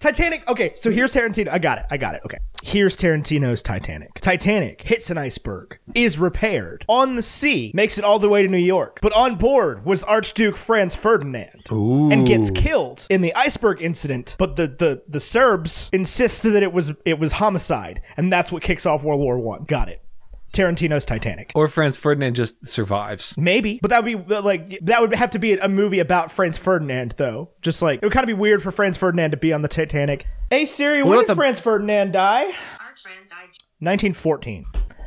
[SPEAKER 3] Titanic. Okay, so here's Tarantino. I got it. I got it. Okay. Here's Tarantino's Titanic. Titanic hits an iceberg, is repaired on the sea, makes it all the way to New York, but on board was Archduke Franz Ferdinand and gets killed in the iceberg incident. But the, the the Serbs insist that it was it was homicide, and that's what kicks off World War One. Got it. Tarantino's Titanic.
[SPEAKER 2] Or Franz Ferdinand just survives.
[SPEAKER 3] Maybe, but that would be like that would have to be a movie about Franz Ferdinand, though. Just like it would kind of be weird for Franz Ferdinand to be on the Titanic. Hey Siri, when
[SPEAKER 2] about
[SPEAKER 3] did
[SPEAKER 2] the-
[SPEAKER 3] Franz Ferdinand die?
[SPEAKER 4] Arch Friends IG.
[SPEAKER 3] 1914.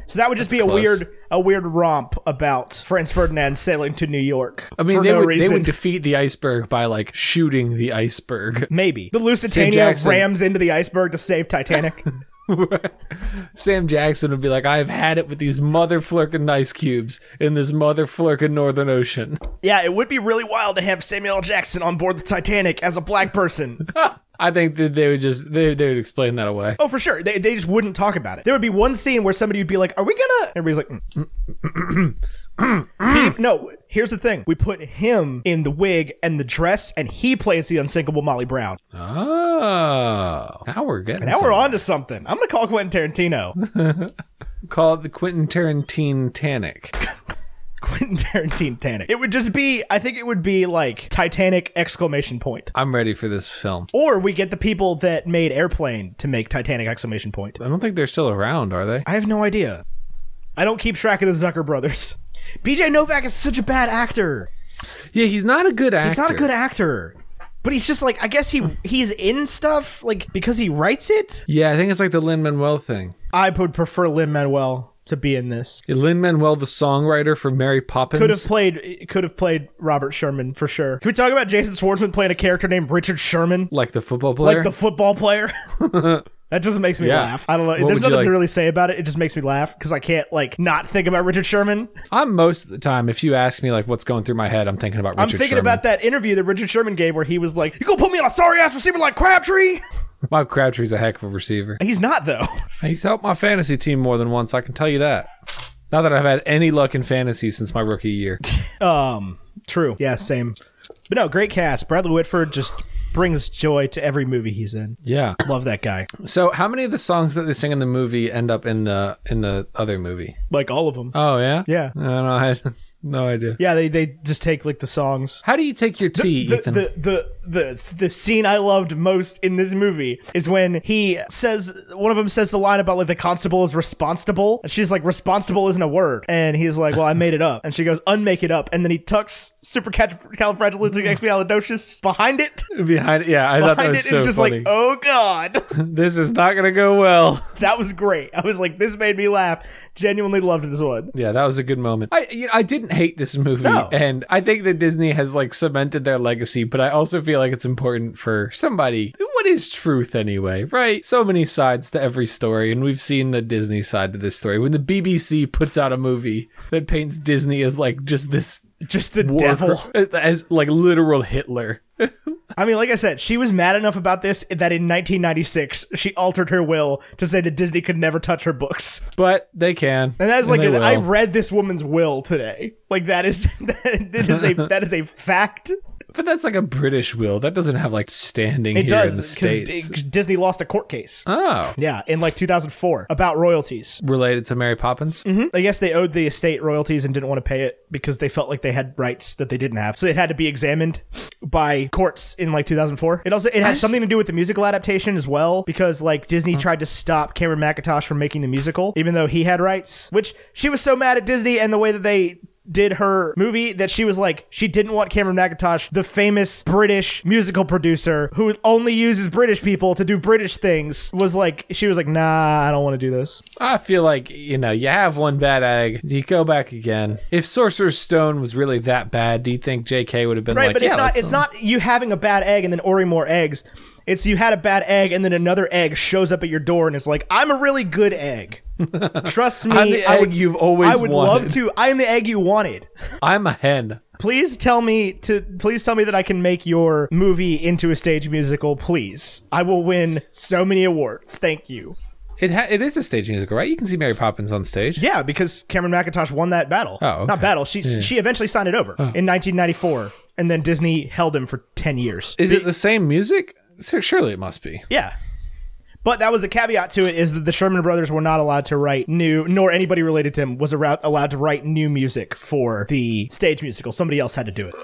[SPEAKER 3] So that would just be a
[SPEAKER 2] close.
[SPEAKER 3] weird, a weird romp about Franz Ferdinand sailing to New York.
[SPEAKER 2] I mean,
[SPEAKER 3] for
[SPEAKER 2] they,
[SPEAKER 3] no
[SPEAKER 2] would,
[SPEAKER 3] reason.
[SPEAKER 2] they would defeat the iceberg by like shooting the iceberg.
[SPEAKER 3] Maybe the
[SPEAKER 2] Sam
[SPEAKER 3] Lusitania
[SPEAKER 2] Jackson.
[SPEAKER 3] rams into the iceberg to save Titanic.
[SPEAKER 2] Sam Jackson would be like, I've had it with these mother flirkin' ice cubes in this mother flirkin' Northern Ocean.
[SPEAKER 3] yeah, it would be really wild to have Samuel L. Jackson on board the Titanic as a black person.
[SPEAKER 2] I think that they would just, they, they would explain that away.
[SPEAKER 3] Oh, for sure. They, they just wouldn't talk about it. There would be one scene where somebody would be like, Are we gonna? Everybody's like, "Mm." He- No, here's the thing. We put him in the wig and the dress, and he plays the unsinkable Molly Brown.
[SPEAKER 2] Oh, now we're getting
[SPEAKER 3] Now we're
[SPEAKER 2] somewhere.
[SPEAKER 3] on to something. I'm gonna call Quentin Tarantino.
[SPEAKER 2] Call it the Quentin Tarantine Tanic.
[SPEAKER 3] Quentin Tarantino Titanic. It would just be, I think it would be like Titanic exclamation point.
[SPEAKER 2] I'm ready for this film.
[SPEAKER 3] Or we get the people that made Airplane to make Titanic exclamation point.
[SPEAKER 2] I don't think they're still around, are they?
[SPEAKER 3] I have no idea. I don't keep track of the Zucker brothers. BJ Novak is such a bad actor.
[SPEAKER 2] Yeah, he's not a good actor.
[SPEAKER 3] He's not a good actor. But he's just like I guess he he's in stuff like because he writes it.
[SPEAKER 2] Yeah, I think it's like the Lin Manuel thing.
[SPEAKER 3] I would prefer Lin Manuel to be in this.
[SPEAKER 2] Lin Manuel, the songwriter for Mary Poppins.
[SPEAKER 3] Could have played could have played Robert Sherman for sure. Can we talk about Jason Schwartzman playing a character named Richard Sherman,
[SPEAKER 2] like the football player.
[SPEAKER 3] like the football player? that just makes me
[SPEAKER 2] Yeah.
[SPEAKER 3] laugh. I don't know.
[SPEAKER 2] What
[SPEAKER 3] There's
[SPEAKER 2] would you
[SPEAKER 3] nothing
[SPEAKER 2] like?
[SPEAKER 3] to really say about it. It just makes me laugh because I can't like not think about Richard Sherman.
[SPEAKER 2] I'm most of the time, if you ask me like what's going through my head, I'm thinking about Richard
[SPEAKER 3] I'm thinking about that interview that Richard Sherman gave where he was like, "You gonna put me on a sorry ass receiver like Crabtree?"
[SPEAKER 2] that. Bob Crabtree's a heck of a receiver.
[SPEAKER 3] He's not though.
[SPEAKER 2] He's helped my fantasy team more than once, I can tell you that. Not that I've had any luck in fantasy since my rookie year.
[SPEAKER 3] Um, true. Yeah, same. But no, great cast. Bradley Whitford just brings joy to every movie he's in.
[SPEAKER 2] yeah.
[SPEAKER 3] Love that guy.
[SPEAKER 2] So how many of the songs that they sing in the movie end up in the in the other movie?
[SPEAKER 3] Like all of them.
[SPEAKER 2] Oh yeah?
[SPEAKER 3] Yeah.
[SPEAKER 2] I don't know, I had no idea.
[SPEAKER 3] yeah, they they just take like the songs.
[SPEAKER 2] How do you take your tea,
[SPEAKER 3] The,
[SPEAKER 2] E. Ethan?
[SPEAKER 3] the the the the scene I loved most in this movie is when he says one of them says the line about like the constable is responsible and she's like responsible isn't a word and he's like well I made it up and she goes unmake it up and then he tucks supercalifragilisticexpialidocious behind it
[SPEAKER 2] Behind yeah, I thought that
[SPEAKER 3] behind
[SPEAKER 2] was
[SPEAKER 3] it
[SPEAKER 2] so
[SPEAKER 3] it's just
[SPEAKER 2] funny.
[SPEAKER 3] like oh god
[SPEAKER 2] This is not gonna go well.
[SPEAKER 3] That was great. I was like, this made me laugh. Genuinely loved this one.
[SPEAKER 2] Yeah, that was a good moment. I you know, I didn't hate this movie,
[SPEAKER 3] No.
[SPEAKER 2] and I think that Disney has like cemented their legacy. But I also feel like it's important for somebody. What is truth anyway? Right? So many sides to every story, and we've seen the Disney side to this story. When the BBC puts out a movie that paints Disney as like just this
[SPEAKER 3] Just the
[SPEAKER 2] war
[SPEAKER 3] devil.
[SPEAKER 2] as like literal Hitler.
[SPEAKER 3] I mean, like I said, she was mad enough about this that in 1996 she altered her will to say that Disney could never touch her books.
[SPEAKER 2] But they can,
[SPEAKER 3] And that is like
[SPEAKER 2] they
[SPEAKER 3] I
[SPEAKER 2] will.
[SPEAKER 3] read this woman's will today. Like that is that is a that is a fact.
[SPEAKER 2] but that's like a British will that doesn't have like standing
[SPEAKER 3] It
[SPEAKER 2] here in the
[SPEAKER 3] does because
[SPEAKER 2] states.
[SPEAKER 3] Disney lost a court case.
[SPEAKER 2] oh,
[SPEAKER 3] Yeah, in like 2004 about royalties.
[SPEAKER 2] related to Mary Poppins.
[SPEAKER 3] I guess they owed the estate royalties and didn't want to pay it because they felt like they had rights that they didn't have. So it had to be examined by courts in like 2004. It also it had something to do with the musical adaptation as well because like Disney tried to stop Cameron McIntosh from making the musical even though he had rights, which she was so mad at Disney and the way that they did her movie that she was like she didn't want Cameron McIntosh, the famous British musical producer who only uses British people to do British things, was like she was like, nah, I don't want to do this.
[SPEAKER 2] I feel like, you know, you have one bad egg, you go back again. If Sorcerer's Stone was really that bad, do you think JK would have been
[SPEAKER 3] Right,
[SPEAKER 2] like,
[SPEAKER 3] but it's
[SPEAKER 2] yeah, um,
[SPEAKER 3] not
[SPEAKER 2] let's-
[SPEAKER 3] it's not you having a bad egg and then ordering more eggs. It's you had a bad egg and then another egg shows up at your door and it's like, I'm a really good egg. Trust me,
[SPEAKER 2] I'm the
[SPEAKER 3] I would,
[SPEAKER 2] egg you've always
[SPEAKER 3] I would love
[SPEAKER 2] wanted.
[SPEAKER 3] to. I am the egg you wanted.
[SPEAKER 2] I'm a hen.
[SPEAKER 3] Please tell me to please tell me that I can make your movie into a stage musical, please. I will win so many awards. Thank you.
[SPEAKER 2] It ha- it is a stage musical, right? You can see Mary Poppins on stage.
[SPEAKER 3] Yeah, because Cameron McIntosh won that battle.
[SPEAKER 2] Oh, okay. Oh.
[SPEAKER 3] Not battle. She she eventually signed it over in 1994 and then Disney held him for 10 years.
[SPEAKER 2] Is it the same music? So surely it must be.
[SPEAKER 3] Yeah. But that was a caveat to it is that the Sherman brothers were not allowed to write new, nor anybody related to him was arou- allowed to write new music for the stage musical. Somebody else had to do it.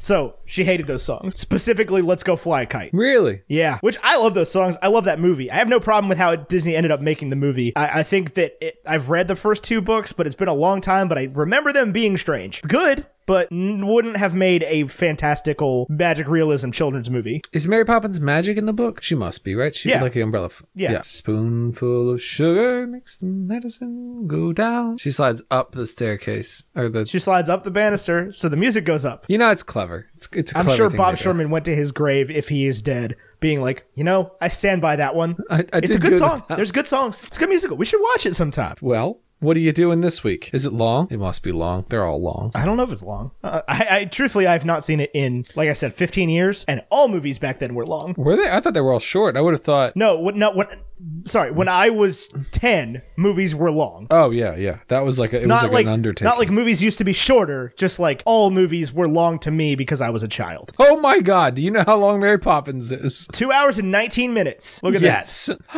[SPEAKER 3] So she hated those songs. Specifically, Let's Go Fly a Kite.
[SPEAKER 2] Really?
[SPEAKER 3] Yeah, which I love those songs. I love that movie. I have no problem with how Disney ended up making the movie. I, I think that it, I've read the first two books, but it's been a long time, but I remember them being strange. Good, but n- wouldn't have made a fantastical magic realism children's movie.
[SPEAKER 2] Is Mary Poppins magic in the book? She must be, right? She
[SPEAKER 3] Yeah.
[SPEAKER 2] like the umbrella. F-
[SPEAKER 3] Yeah.
[SPEAKER 2] Spoonful of sugar makes the medicine go down. She slides up the staircase or the.
[SPEAKER 3] She slides up the banister, so the music goes up.
[SPEAKER 2] you know, it's clever. It's it's. A
[SPEAKER 3] I'm
[SPEAKER 2] clever
[SPEAKER 3] sure
[SPEAKER 2] thing
[SPEAKER 3] Bob
[SPEAKER 2] they do.
[SPEAKER 3] Sherman went to his grave if he is dead, being like, you know, I stand by that one.
[SPEAKER 2] I- I
[SPEAKER 3] it's a
[SPEAKER 2] did
[SPEAKER 3] good
[SPEAKER 2] good
[SPEAKER 3] song.
[SPEAKER 2] with
[SPEAKER 3] There's good songs. It's a good musical. We should watch it sometime.
[SPEAKER 2] Well, what are you doing this week? Is it long? It must be long. They're all long.
[SPEAKER 3] I don't know if it's long. Uh, I, I truthfully, I've not seen it in, like I said, 15 years, and all movies back then were long.
[SPEAKER 2] Were they? I thought they were all short. I would have thought.
[SPEAKER 3] No, when, no, when, sorry, when I was 10, movies were long.
[SPEAKER 2] Oh yeah, yeah. That was like a, it was
[SPEAKER 3] not
[SPEAKER 2] like,
[SPEAKER 3] like,
[SPEAKER 2] an undertaking.
[SPEAKER 3] not like movies used to be shorter. Just like all movies were long to me because I was a child.
[SPEAKER 2] Oh my god! Do you know how long Mary Poppins is?
[SPEAKER 3] Two hours and 19 minutes. Look at that.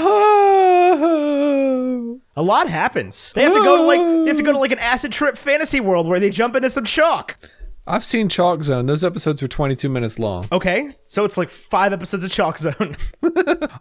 [SPEAKER 2] Oh.
[SPEAKER 3] A lot happens. They have to go to like they have to go to like an acid trip fantasy world where they jump into some chalk.
[SPEAKER 2] I've seen Chalk Zone. Those episodes were 22 minutes long.
[SPEAKER 3] Okay, so it's like five episodes of Chalk Zone.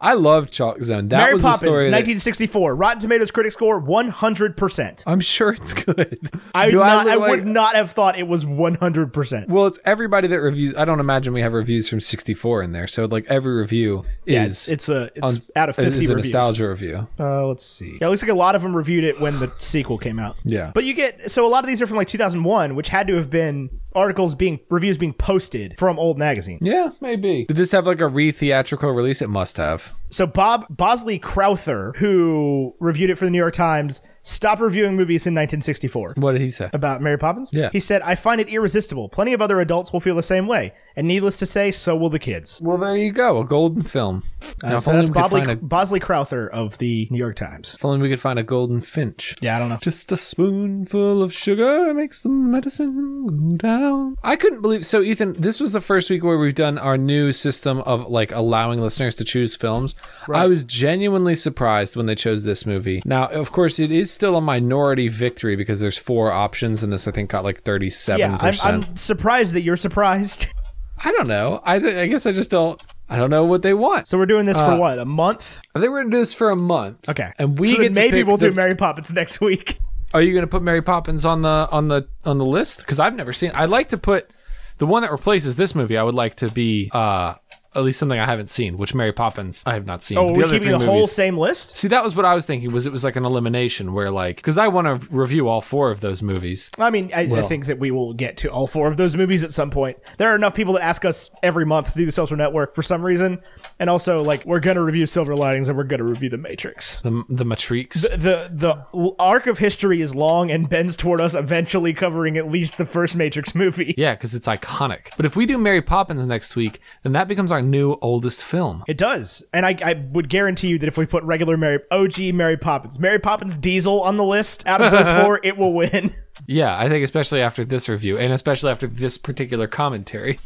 [SPEAKER 2] I love Chalk Zone. That
[SPEAKER 3] Mary
[SPEAKER 2] was
[SPEAKER 3] Poppins,
[SPEAKER 2] a story. that-
[SPEAKER 3] 1964. Rotten Tomatoes critic score 100. percent
[SPEAKER 2] I'm sure it's good.
[SPEAKER 3] I,
[SPEAKER 2] Do
[SPEAKER 3] not, I,
[SPEAKER 2] look
[SPEAKER 3] would
[SPEAKER 2] like-
[SPEAKER 3] not have thought it was 100. percent
[SPEAKER 2] Well, it's everybody that reviews. I don't imagine we have reviews from 64 in there. So like every review is
[SPEAKER 3] Yeah, it's, it's a it's
[SPEAKER 2] on- uh,
[SPEAKER 3] out of 50
[SPEAKER 2] is a
[SPEAKER 3] reviews.
[SPEAKER 2] nostalgia review.
[SPEAKER 3] Uh, let's see. Yeah, it looks like a lot of them reviewed it when the sequel came out.
[SPEAKER 2] Yeah.
[SPEAKER 3] But you get so a lot of these are from like 2001, which had to have been articles being reviews being posted from old magazine.
[SPEAKER 2] Yeah, maybe. Did this have like a re-theatrical release? It must have.
[SPEAKER 3] So Bob Bosley Crowther, who reviewed it for the New York Times, stopped reviewing movies in 1964.
[SPEAKER 2] What did he say?
[SPEAKER 3] About Mary Poppins?
[SPEAKER 2] Yeah.
[SPEAKER 3] He said, I find it irresistible. Plenty of other adults will feel the same way. And needless to say, so will the kids.
[SPEAKER 2] Well, there you go. A golden film. Now, if
[SPEAKER 3] Uh, so
[SPEAKER 2] only
[SPEAKER 3] that's
[SPEAKER 2] we could
[SPEAKER 3] Bosley,
[SPEAKER 2] find a-
[SPEAKER 3] Bosley Crowther of the New York Times.
[SPEAKER 2] if only we could find a golden finch.
[SPEAKER 3] Yeah, I don't know.
[SPEAKER 2] Just a spoonful of sugar makes the medicine go down. I couldn't believe so Ethan, this was the first week where we've done our new system of like allowing listeners to choose films. I was genuinely surprised when they chose this movie. Now, of course, it is still a minority victory because there's four options and this I think got like 37%.
[SPEAKER 3] Yeah, I'm, I'm surprised that you're surprised.
[SPEAKER 2] I do not know. I, I guess I just don't I don't know what they want.
[SPEAKER 3] So we're doing this for what? A month?
[SPEAKER 2] They were going to do this for a month.
[SPEAKER 3] Okay.
[SPEAKER 2] Uh, And we
[SPEAKER 3] So
[SPEAKER 2] get to
[SPEAKER 3] then maybe
[SPEAKER 2] pick
[SPEAKER 3] we'll
[SPEAKER 2] the-
[SPEAKER 3] do Mary Poppins next week.
[SPEAKER 2] Are you going to put Mary Poppins on the on the on the list? Because I've never seen. I'd like to put the one that replaces this movie. I would like to be uh at least something I haven't seen, which Mary Poppins I have not seen.
[SPEAKER 3] Oh,
[SPEAKER 2] The
[SPEAKER 3] we're
[SPEAKER 2] other
[SPEAKER 3] keeping
[SPEAKER 2] three
[SPEAKER 3] the whole
[SPEAKER 2] movies-
[SPEAKER 3] same list.
[SPEAKER 2] See, that was what I was thinking. Was it was like an elimination where like because I want to review all four of those movies.
[SPEAKER 3] I mean, I, I think that we will get to all four of those movies at some point. There are enough people that ask us every month to do the social network for some reason, and also like we're gonna review Silver Linings and we're gonna review The Matrix.
[SPEAKER 2] The the Matrix.
[SPEAKER 3] The the arc of history is long and bends toward us eventually covering at least the first Matrix movie.
[SPEAKER 2] yeah, because it's iconic. But if we do Mary Poppins next week, then that becomes our new oldest film.
[SPEAKER 3] It does. And I, I would guarantee you that if we put regular Mary, OG Mary Poppins, Mary Poppins Diesel on the list out of those four, it will win.
[SPEAKER 2] Yeah, I think especially after this review and especially after this particular commentary.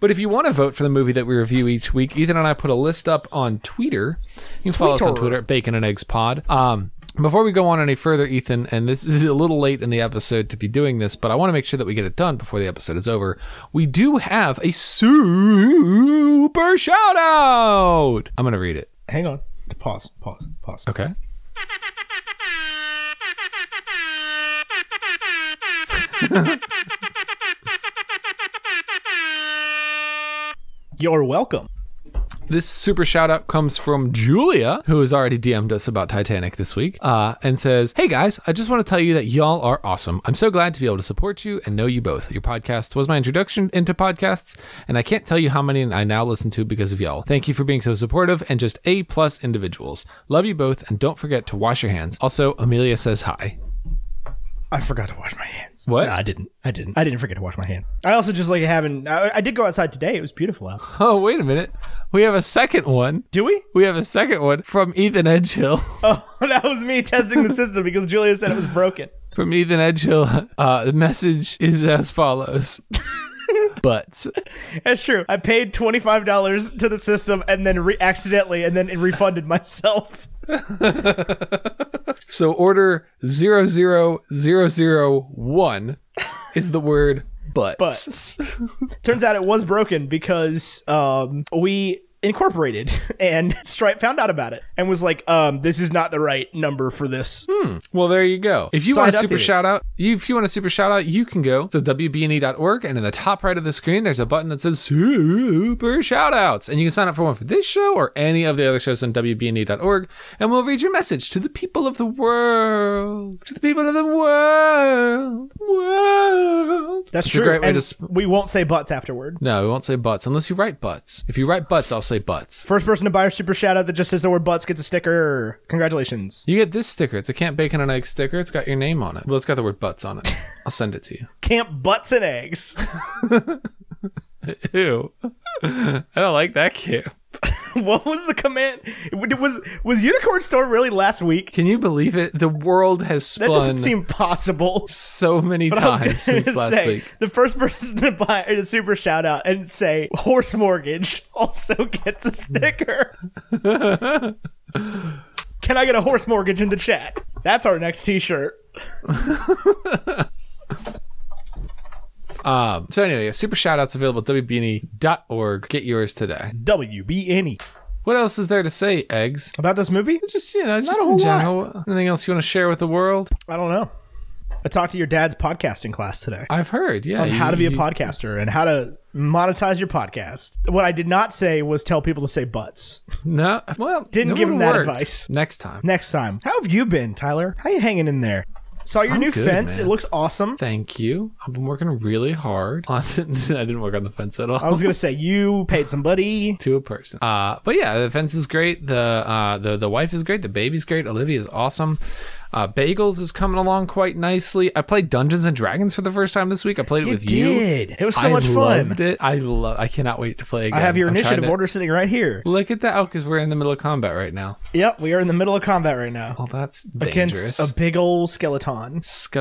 [SPEAKER 2] But if you want to vote for the movie that we review each week, Ethan and I put a list up on Twitter. You can follow us on
[SPEAKER 3] Tweeter.
[SPEAKER 2] Twitter at Bacon and Eggs Pod. Um, before we go on any further, Ethan, and this is a little late in the episode to be doing this, but I want to make sure that we get it done before the episode is over. We do have a super shout out. I'm going to read it.
[SPEAKER 3] Hang on. Pause, pause, pause.
[SPEAKER 2] Okay.
[SPEAKER 4] Thank you.
[SPEAKER 3] You're welcome.
[SPEAKER 2] This super shout out comes from Julia, who has already DM'd us about Titanic this week, uh, and says, Hey guys, I just want to tell you that y'all are awesome. I'm so glad to be able to support you and know you both. Your podcast was my introduction into podcasts, and I can't tell you how many I now listen to because of y'all. Thank you for being so supportive and just A plus individuals. Love you both, and don't forget to wash your hands. Also, Amelia says hi.
[SPEAKER 3] I forgot to wash my hands.
[SPEAKER 2] What?
[SPEAKER 3] No, I didn't. I didn't. I didn't forget to wash my hand. I also just like having. I, I did go outside today. It was beautiful out.
[SPEAKER 2] Oh, wait a minute. We have a second one.
[SPEAKER 3] Do we?
[SPEAKER 2] We have a second one from Ethan Edgehill.
[SPEAKER 3] Oh, that was me testing the system because Julia said it was broken.
[SPEAKER 2] From Ethan Edgehill, uh, the message is as follows. but
[SPEAKER 3] That's true. I paid twenty five dollars to the system and then re- accidentally and then it refunded myself.
[SPEAKER 2] so order 00001 is the word but.
[SPEAKER 3] But. Turns out it was broken because um, we incorporated and Stripe found out about it and was like, um, "This is not the right number for this."
[SPEAKER 2] Well, there you go. If you
[SPEAKER 3] So
[SPEAKER 2] want a
[SPEAKER 3] I'd
[SPEAKER 2] super
[SPEAKER 3] update it.
[SPEAKER 2] shout out, you, if you want a super shout out, you can go to wbne.org E and in the top right of the screen there's a button that says super shout outs and you can sign up for one for this show or any of the other shows on wbne.org E and we'll read your message to the people of the world. To the people of the world. World.
[SPEAKER 3] That's
[SPEAKER 2] It's
[SPEAKER 3] true.
[SPEAKER 2] a great way
[SPEAKER 3] And
[SPEAKER 2] to sp-
[SPEAKER 3] we won't say butts afterward.
[SPEAKER 2] No, we won't say butts unless you write butts. If you write butts, I'll say butts.
[SPEAKER 3] First person to buy our super shout out that just says the word butts gets a sticker. Congratulations.
[SPEAKER 2] You get this sticker. It's a Camp Bacon and Egg sticker. It's got your name on it. Well, it's got the word butts on it. I'll send it to you.
[SPEAKER 3] Camp Butts and Eggs.
[SPEAKER 2] Ew. I don't like that camp.
[SPEAKER 3] what was the command? Was was Unicorn Store really last week?
[SPEAKER 2] Can you believe it? The world has
[SPEAKER 3] That
[SPEAKER 2] spun
[SPEAKER 3] doesn't seem possible.
[SPEAKER 2] so many
[SPEAKER 3] But I
[SPEAKER 2] times
[SPEAKER 3] was going
[SPEAKER 2] since
[SPEAKER 3] to
[SPEAKER 2] last
[SPEAKER 3] say,
[SPEAKER 2] week.
[SPEAKER 3] the first person to buy a super shout out and say horse mortgage also gets a sticker. Can I get a horse mortgage in the chat? That's our next t shirt.
[SPEAKER 2] Um, so anyway, super shout outs available at wbne.org. E Get yours today.
[SPEAKER 3] WBNE.
[SPEAKER 2] What else is there to say, eggs?
[SPEAKER 3] E. About this movie?
[SPEAKER 2] Just you know, just
[SPEAKER 3] a
[SPEAKER 2] in
[SPEAKER 3] whole lot.
[SPEAKER 2] general. Anything else you want to share with the world?
[SPEAKER 3] I don't know. I talked to your dad's podcasting class today.
[SPEAKER 2] I've heard, yeah.
[SPEAKER 3] on how to be a
[SPEAKER 2] you-
[SPEAKER 3] podcaster and how to monetize your podcast. What I did not say was tell people to say butts.
[SPEAKER 2] No, well,
[SPEAKER 3] Didn't
[SPEAKER 2] that
[SPEAKER 3] give him
[SPEAKER 2] would've
[SPEAKER 3] that
[SPEAKER 2] worked.
[SPEAKER 3] advice.
[SPEAKER 2] Next time.
[SPEAKER 3] Next time. How have you been, Tyler? How you hanging in there? Saw your new
[SPEAKER 2] good,
[SPEAKER 3] fence.
[SPEAKER 2] man.
[SPEAKER 3] It looks awesome.
[SPEAKER 2] Thank you. I've been working really hard on. I didn't work on the fence at all.
[SPEAKER 3] I was gonna say you paid somebody.
[SPEAKER 2] to a person. Uh, but yeah, the fence is great. The uh, the the wife is great. The baby's great. Olivia is awesome. Uh, Bagels is coming along quite nicely. I played Dungeons and Dragons for the first time this week. I played it
[SPEAKER 3] You
[SPEAKER 2] with you.
[SPEAKER 3] did. It was so
[SPEAKER 2] I
[SPEAKER 3] much fun.
[SPEAKER 2] loved it. I love. I cannot wait to play again.
[SPEAKER 3] I have your
[SPEAKER 2] I'm trying
[SPEAKER 3] initiative
[SPEAKER 2] to-
[SPEAKER 3] order sitting right here.
[SPEAKER 2] Look at that! Oh, because we're in the middle of combat right now.
[SPEAKER 3] Yep, we are in the middle of combat right now
[SPEAKER 2] Oh, that's dangerous.
[SPEAKER 3] against a big old skeleton.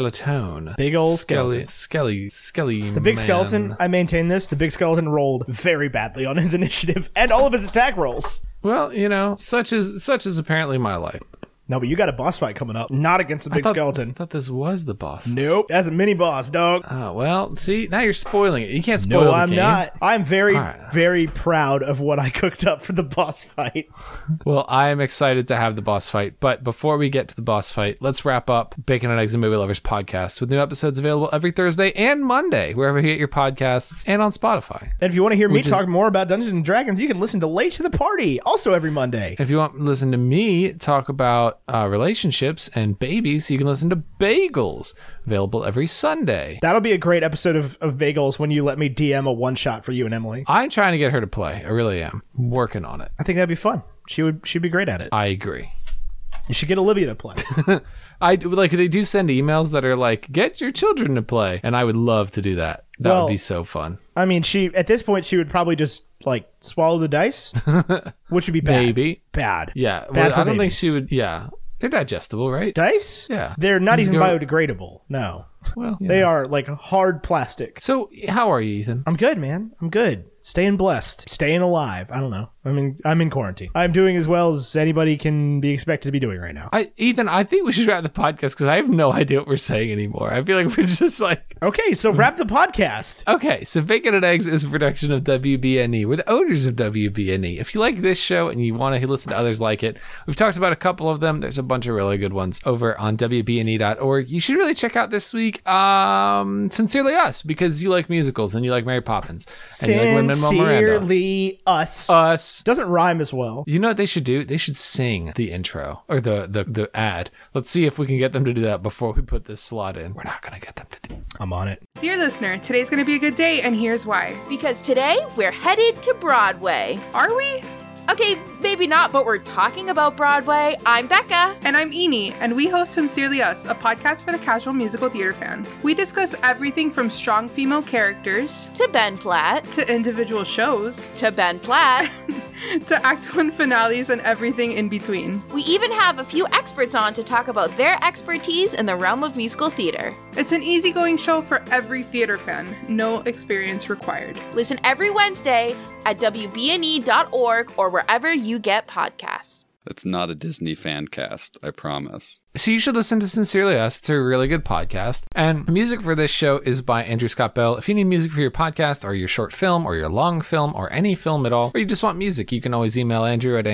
[SPEAKER 2] skeleton.
[SPEAKER 3] Big old
[SPEAKER 2] Skelly,
[SPEAKER 3] skeleton.
[SPEAKER 2] skelly, skelly.
[SPEAKER 3] The big skeleton. I maintain this. The big skeleton rolled very badly on his initiative and all of his attack rolls.
[SPEAKER 2] Well, you know, such is such is apparently my life.
[SPEAKER 3] No, but you got a boss fight coming up. Not against the big
[SPEAKER 2] Thought-
[SPEAKER 3] skeleton.
[SPEAKER 2] Thought this was the boss.
[SPEAKER 3] Nope. That's a mini boss, dog.
[SPEAKER 2] Oh well, see now you're spoiling it. You can't spoil.
[SPEAKER 3] No,
[SPEAKER 2] the
[SPEAKER 3] I'm
[SPEAKER 2] game.
[SPEAKER 3] not. I'm very,
[SPEAKER 2] All right.
[SPEAKER 3] very proud of what I cooked up for the boss fight.
[SPEAKER 2] Well, I am excited to have the boss fight. But before we get to the boss fight, let's wrap up Bacon and Eggs and Movie Lovers podcast with new episodes available every Thursday and Monday wherever you get your podcasts and on Spotify.
[SPEAKER 3] And if you want to hear me talk more about Dungeons and Dragons, you can listen to Late to the Party also every Monday.
[SPEAKER 2] If you want to listen to me talk about uh, relationships and babies, you can listen to Bagels, available every Sunday.
[SPEAKER 3] That'll be a great episode of, of Bagels when you let me DM a one shot for you and Emily.
[SPEAKER 2] I'm trying to get her to play. I really am. I'm working on it.
[SPEAKER 3] I think that'd be fun. She would she'd be great at it.
[SPEAKER 2] I agree.
[SPEAKER 3] You should get Olivia to play.
[SPEAKER 2] I like they do send emails that are like get your children to play, and I would love to do that. That
[SPEAKER 3] Well-
[SPEAKER 2] would be so fun.
[SPEAKER 3] I mean, she at this point she would probably just like swallow the dice, which would be bad.
[SPEAKER 2] Maybe.
[SPEAKER 3] Bad.
[SPEAKER 2] Yeah,
[SPEAKER 3] Bad
[SPEAKER 2] well,
[SPEAKER 3] for
[SPEAKER 2] I don't
[SPEAKER 3] baby.
[SPEAKER 2] think she would. Yeah, they're digestible, right?
[SPEAKER 3] Dice?
[SPEAKER 2] Yeah.
[SPEAKER 3] They're not
[SPEAKER 2] Just
[SPEAKER 3] even
[SPEAKER 2] go-
[SPEAKER 3] biodegradable. No.
[SPEAKER 2] well,
[SPEAKER 3] They are like hard plastic.
[SPEAKER 2] So, how are you, Ethan?
[SPEAKER 3] I'm good, man. I'm good. staying blessed, staying alive. I don't know. I mean, I'm in quarantine. I'm doing as well as anybody can be expected to be doing right now.
[SPEAKER 2] I, Ethan, I think we should wrap the podcast because I have no idea what we're saying anymore. I feel like we're just like,
[SPEAKER 3] Okay, so wrap the podcast.
[SPEAKER 2] okay, so Bacon and Eggs is a production of WBNE. We're the E, owners of WBNE. E. If you like this show and you want to listen to others like it, we've talked about a couple of them. There's a bunch of really good ones over on WBNE.org. E You should really check out this week, um, Sincerely Us, because you like musicals and you like Mary Poppins. And you like Lin-Manuel Miranda.
[SPEAKER 3] Sincerely, us
[SPEAKER 2] Us.
[SPEAKER 3] doesn't rhyme as well.
[SPEAKER 2] You know what they should do? They should sing the intro or the, the the ad. Let's see if we can get them to do that before we put this slot in. We're not gonna get them to do.
[SPEAKER 3] I'm on it.
[SPEAKER 4] Dear listener, today's going to be a good day, and here's why.
[SPEAKER 5] Because today we're headed to Broadway.
[SPEAKER 4] Are we?
[SPEAKER 5] Okay, maybe not, but we're talking about Broadway. I'm Becca.
[SPEAKER 4] And I'm Eni, and we host Sincerely Us, a podcast for the casual musical theater fan. We discuss everything from strong female characters
[SPEAKER 5] To Ben Platt.
[SPEAKER 4] to individual shows
[SPEAKER 5] To Ben Platt.
[SPEAKER 4] to act one finales and everything in between.
[SPEAKER 5] we even have a few experts on to talk about their expertise in the realm of musical theater.
[SPEAKER 4] It's an easygoing show for every theater fan, no experience required.
[SPEAKER 5] Listen every Wednesday at WBNE.org E or wherever you get podcasts.
[SPEAKER 6] That's not a Disney fan cast, I promise.
[SPEAKER 2] So you should listen to Sincerely Us. It's a really good podcast. And music for this show is by Andrew Scott Bell. If you need music for your podcast or your short film or your long film or any film at all, or you just want music, you can always email Andrew at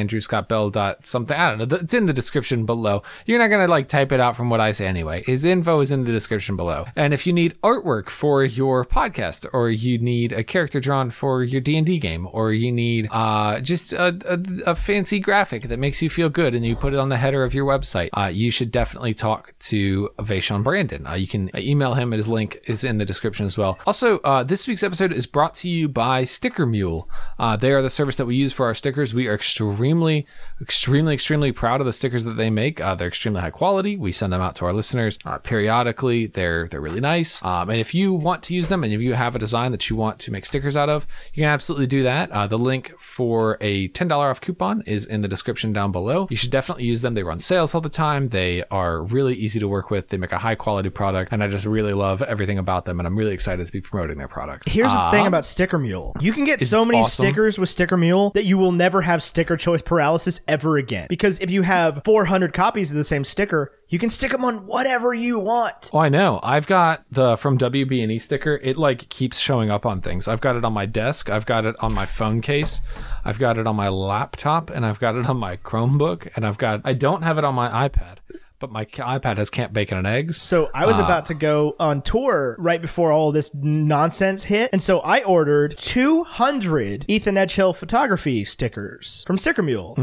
[SPEAKER 2] andrewscottbell.something. I don't know. It's in the description below. You're not going to like type it out from what I say anyway. His info is in the description below. And if you need artwork for your podcast or you need a character drawn for your D&D game or you need uh, just a, a, a fancy graphic that makes you feel good and you put it on the header of your website, uh, you should definitely talk to Vaishon Brandon. Uh, you can email him, and his link is in the description as well. Also, uh, this week's episode is brought to you by Sticker Mule. Uh, they are the service that we use for our stickers. We are extremely, extremely, extremely proud of the stickers that they make. Uh, they're extremely high quality. We send them out to our listeners uh, periodically. They're they're really nice. Um, and if you want to use them, and if you have a design that you want to make stickers out of, you can absolutely do that. Uh, the link for a $10 off coupon is in the description down below. You should definitely use them. They run sales all the time. They are really easy to work with. They make a high quality product, and I just really love everything about them. And I'm really excited to be promoting their product. Um,
[SPEAKER 3] Here's the thing about Sticker Mule. You can get so
[SPEAKER 2] it's
[SPEAKER 3] many
[SPEAKER 2] Ah. awesome.
[SPEAKER 3] stickers with Sticker Mule that you will never have sticker choice paralysis ever again. Because if you have 400 copies of the same sticker, you can stick them on whatever you want.
[SPEAKER 2] Oh, I know. I've got the from WB&E E sticker. It like keeps showing up on things. I've got it on my desk. I've got it on my phone case. I've got it on my laptop, and I've got it on my Chromebook, and I've got. I don't have it on my iPad, but my ca- iPad has camp bacon and eggs.
[SPEAKER 3] So I was about to go on tour right before all this nonsense hit, and so I ordered 200 Ethan Edgehill photography stickers from Sticker Mule.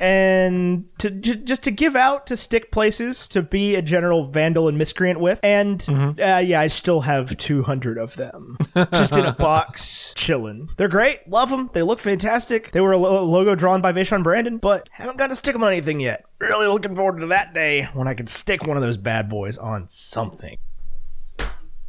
[SPEAKER 3] And to j- just to give out to stick places to be a general vandal and miscreant with, and uh, yeah, I still have two hundred of them, just in a box, chilling. They're great, love them. They look fantastic. They were a lo- logo drawn by Vaishon Brandon, but haven't got to stick them on anything yet. Really looking forward to that day when I can stick one of those bad boys on something.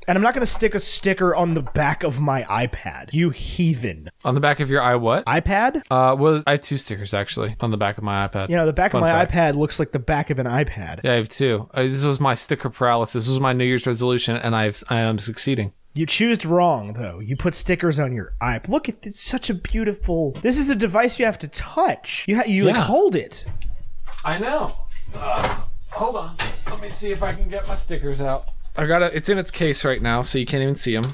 [SPEAKER 3] And I'm not going to stick a sticker on the back of my iPad. You heathen.
[SPEAKER 2] On the back of your i what?
[SPEAKER 3] iPad?
[SPEAKER 2] Uh, was I have two stickers actually on the back of my iPad.
[SPEAKER 3] You know, the back
[SPEAKER 2] Fun
[SPEAKER 3] of my
[SPEAKER 2] fact.
[SPEAKER 3] iPad looks like the back of an iPad.
[SPEAKER 2] Yeah, I have two. Uh, this was my sticker paralysis. This was my New Year's resolution, and I've I am succeeding.
[SPEAKER 3] You choose wrong, though. You put stickers on your iPad. Look at this, such a beautiful. This is a device you have to touch. You ha- you like
[SPEAKER 2] Yeah.
[SPEAKER 3] hold it.
[SPEAKER 2] I know. Uh, hold on. Let me see if I can get my stickers out. I got to It's in its case right now, so you can't even see them.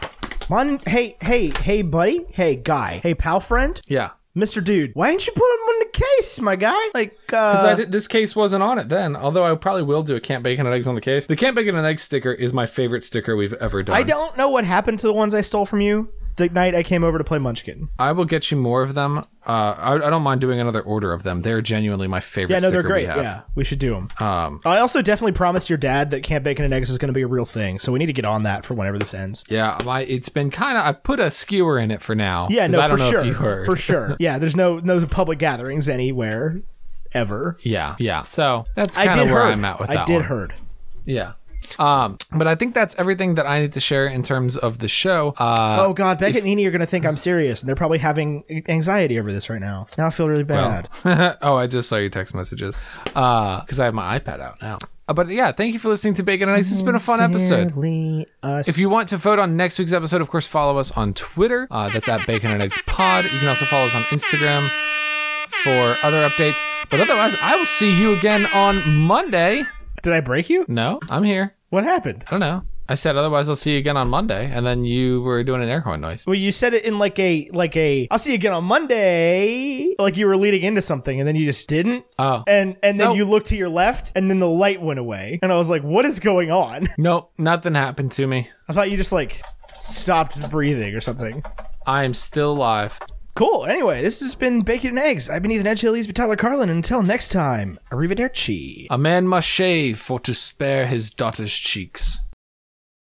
[SPEAKER 3] Mon, hey, hey, hey, buddy. Hey, guy. Hey, pal, friend.
[SPEAKER 2] Yeah.
[SPEAKER 3] Mister Dude. Why ain't you put them in the case, my guy? Like,
[SPEAKER 2] Because I
[SPEAKER 3] uh,
[SPEAKER 2] did, this case wasn't on it then, although I probably will do a camp bacon and eggs on the case. The camp bacon and eggs sticker is my favorite sticker we've ever done.
[SPEAKER 3] I don't know what happened to the ones I stole from you the night I came over to play Munchkin.
[SPEAKER 2] I will get you more of them. Uh, I, I don't mind doing another order of them. They're genuinely my favorite.
[SPEAKER 3] Yeah, no, they're
[SPEAKER 2] sticker we
[SPEAKER 3] great.
[SPEAKER 2] have.
[SPEAKER 3] Yeah, we should do them. Um, I also definitely promised your dad that camp bacon and eggs is going to be a real thing, so we need to get on that for whenever this ends.
[SPEAKER 2] Yeah, my it's been kind of. I put a skewer in it for now.
[SPEAKER 3] Yeah,
[SPEAKER 2] 'cause
[SPEAKER 3] no,
[SPEAKER 2] I don't
[SPEAKER 3] for
[SPEAKER 2] know
[SPEAKER 3] sure,
[SPEAKER 2] If you heard.
[SPEAKER 3] for sure. Yeah, there's no no public gatherings anywhere, ever.
[SPEAKER 2] Yeah, yeah. So that's
[SPEAKER 3] I
[SPEAKER 2] kind
[SPEAKER 3] did
[SPEAKER 2] of where
[SPEAKER 3] heard.
[SPEAKER 2] I'm at with
[SPEAKER 3] I
[SPEAKER 2] that.
[SPEAKER 3] did
[SPEAKER 2] one.
[SPEAKER 3] heard.
[SPEAKER 2] Yeah. Um, but I think that's everything that I need to share in terms of the show. Uh,
[SPEAKER 3] oh God, Beckett and Nini are going to think I'm serious, and they're probably having anxiety over this right now. Now I feel really bad.
[SPEAKER 2] oh, I just saw your text messages. Uh, because I have my iPad out now. Uh, But yeah, thank you for listening to Bacon and Eggs. It's been a fun episode.
[SPEAKER 3] Sincerely us.
[SPEAKER 2] If you want to vote on next week's episode, of course, follow us on Twitter. Uh, that's at Bacon and Eggs Pod. You can also follow us on Instagram for other updates. But otherwise, I will see you again on Monday.
[SPEAKER 3] Did I break you?
[SPEAKER 2] No, I'm here.
[SPEAKER 3] What happened?
[SPEAKER 2] I don't know. I said otherwise I'll see you again on Monday, and then you were doing an air horn noise.
[SPEAKER 3] Well, you said it in like a like a I'll see you again on Monday. Like you were leading into something and then you just didn't.
[SPEAKER 2] Oh.
[SPEAKER 3] And and then
[SPEAKER 2] No.
[SPEAKER 3] you looked to your left and then the light went away. And I was like, "What is going on?"
[SPEAKER 2] Nope, nothing happened to me.
[SPEAKER 3] I thought you just like stopped breathing or something.
[SPEAKER 2] I am still alive.
[SPEAKER 3] Cool. Anyway, this has been Bacon and Eggs. I've been Ethan Edgehill, he's been Tyler Carlin. Until next time, arrivederci.
[SPEAKER 2] A man must shave for to spare his daughter's cheeks.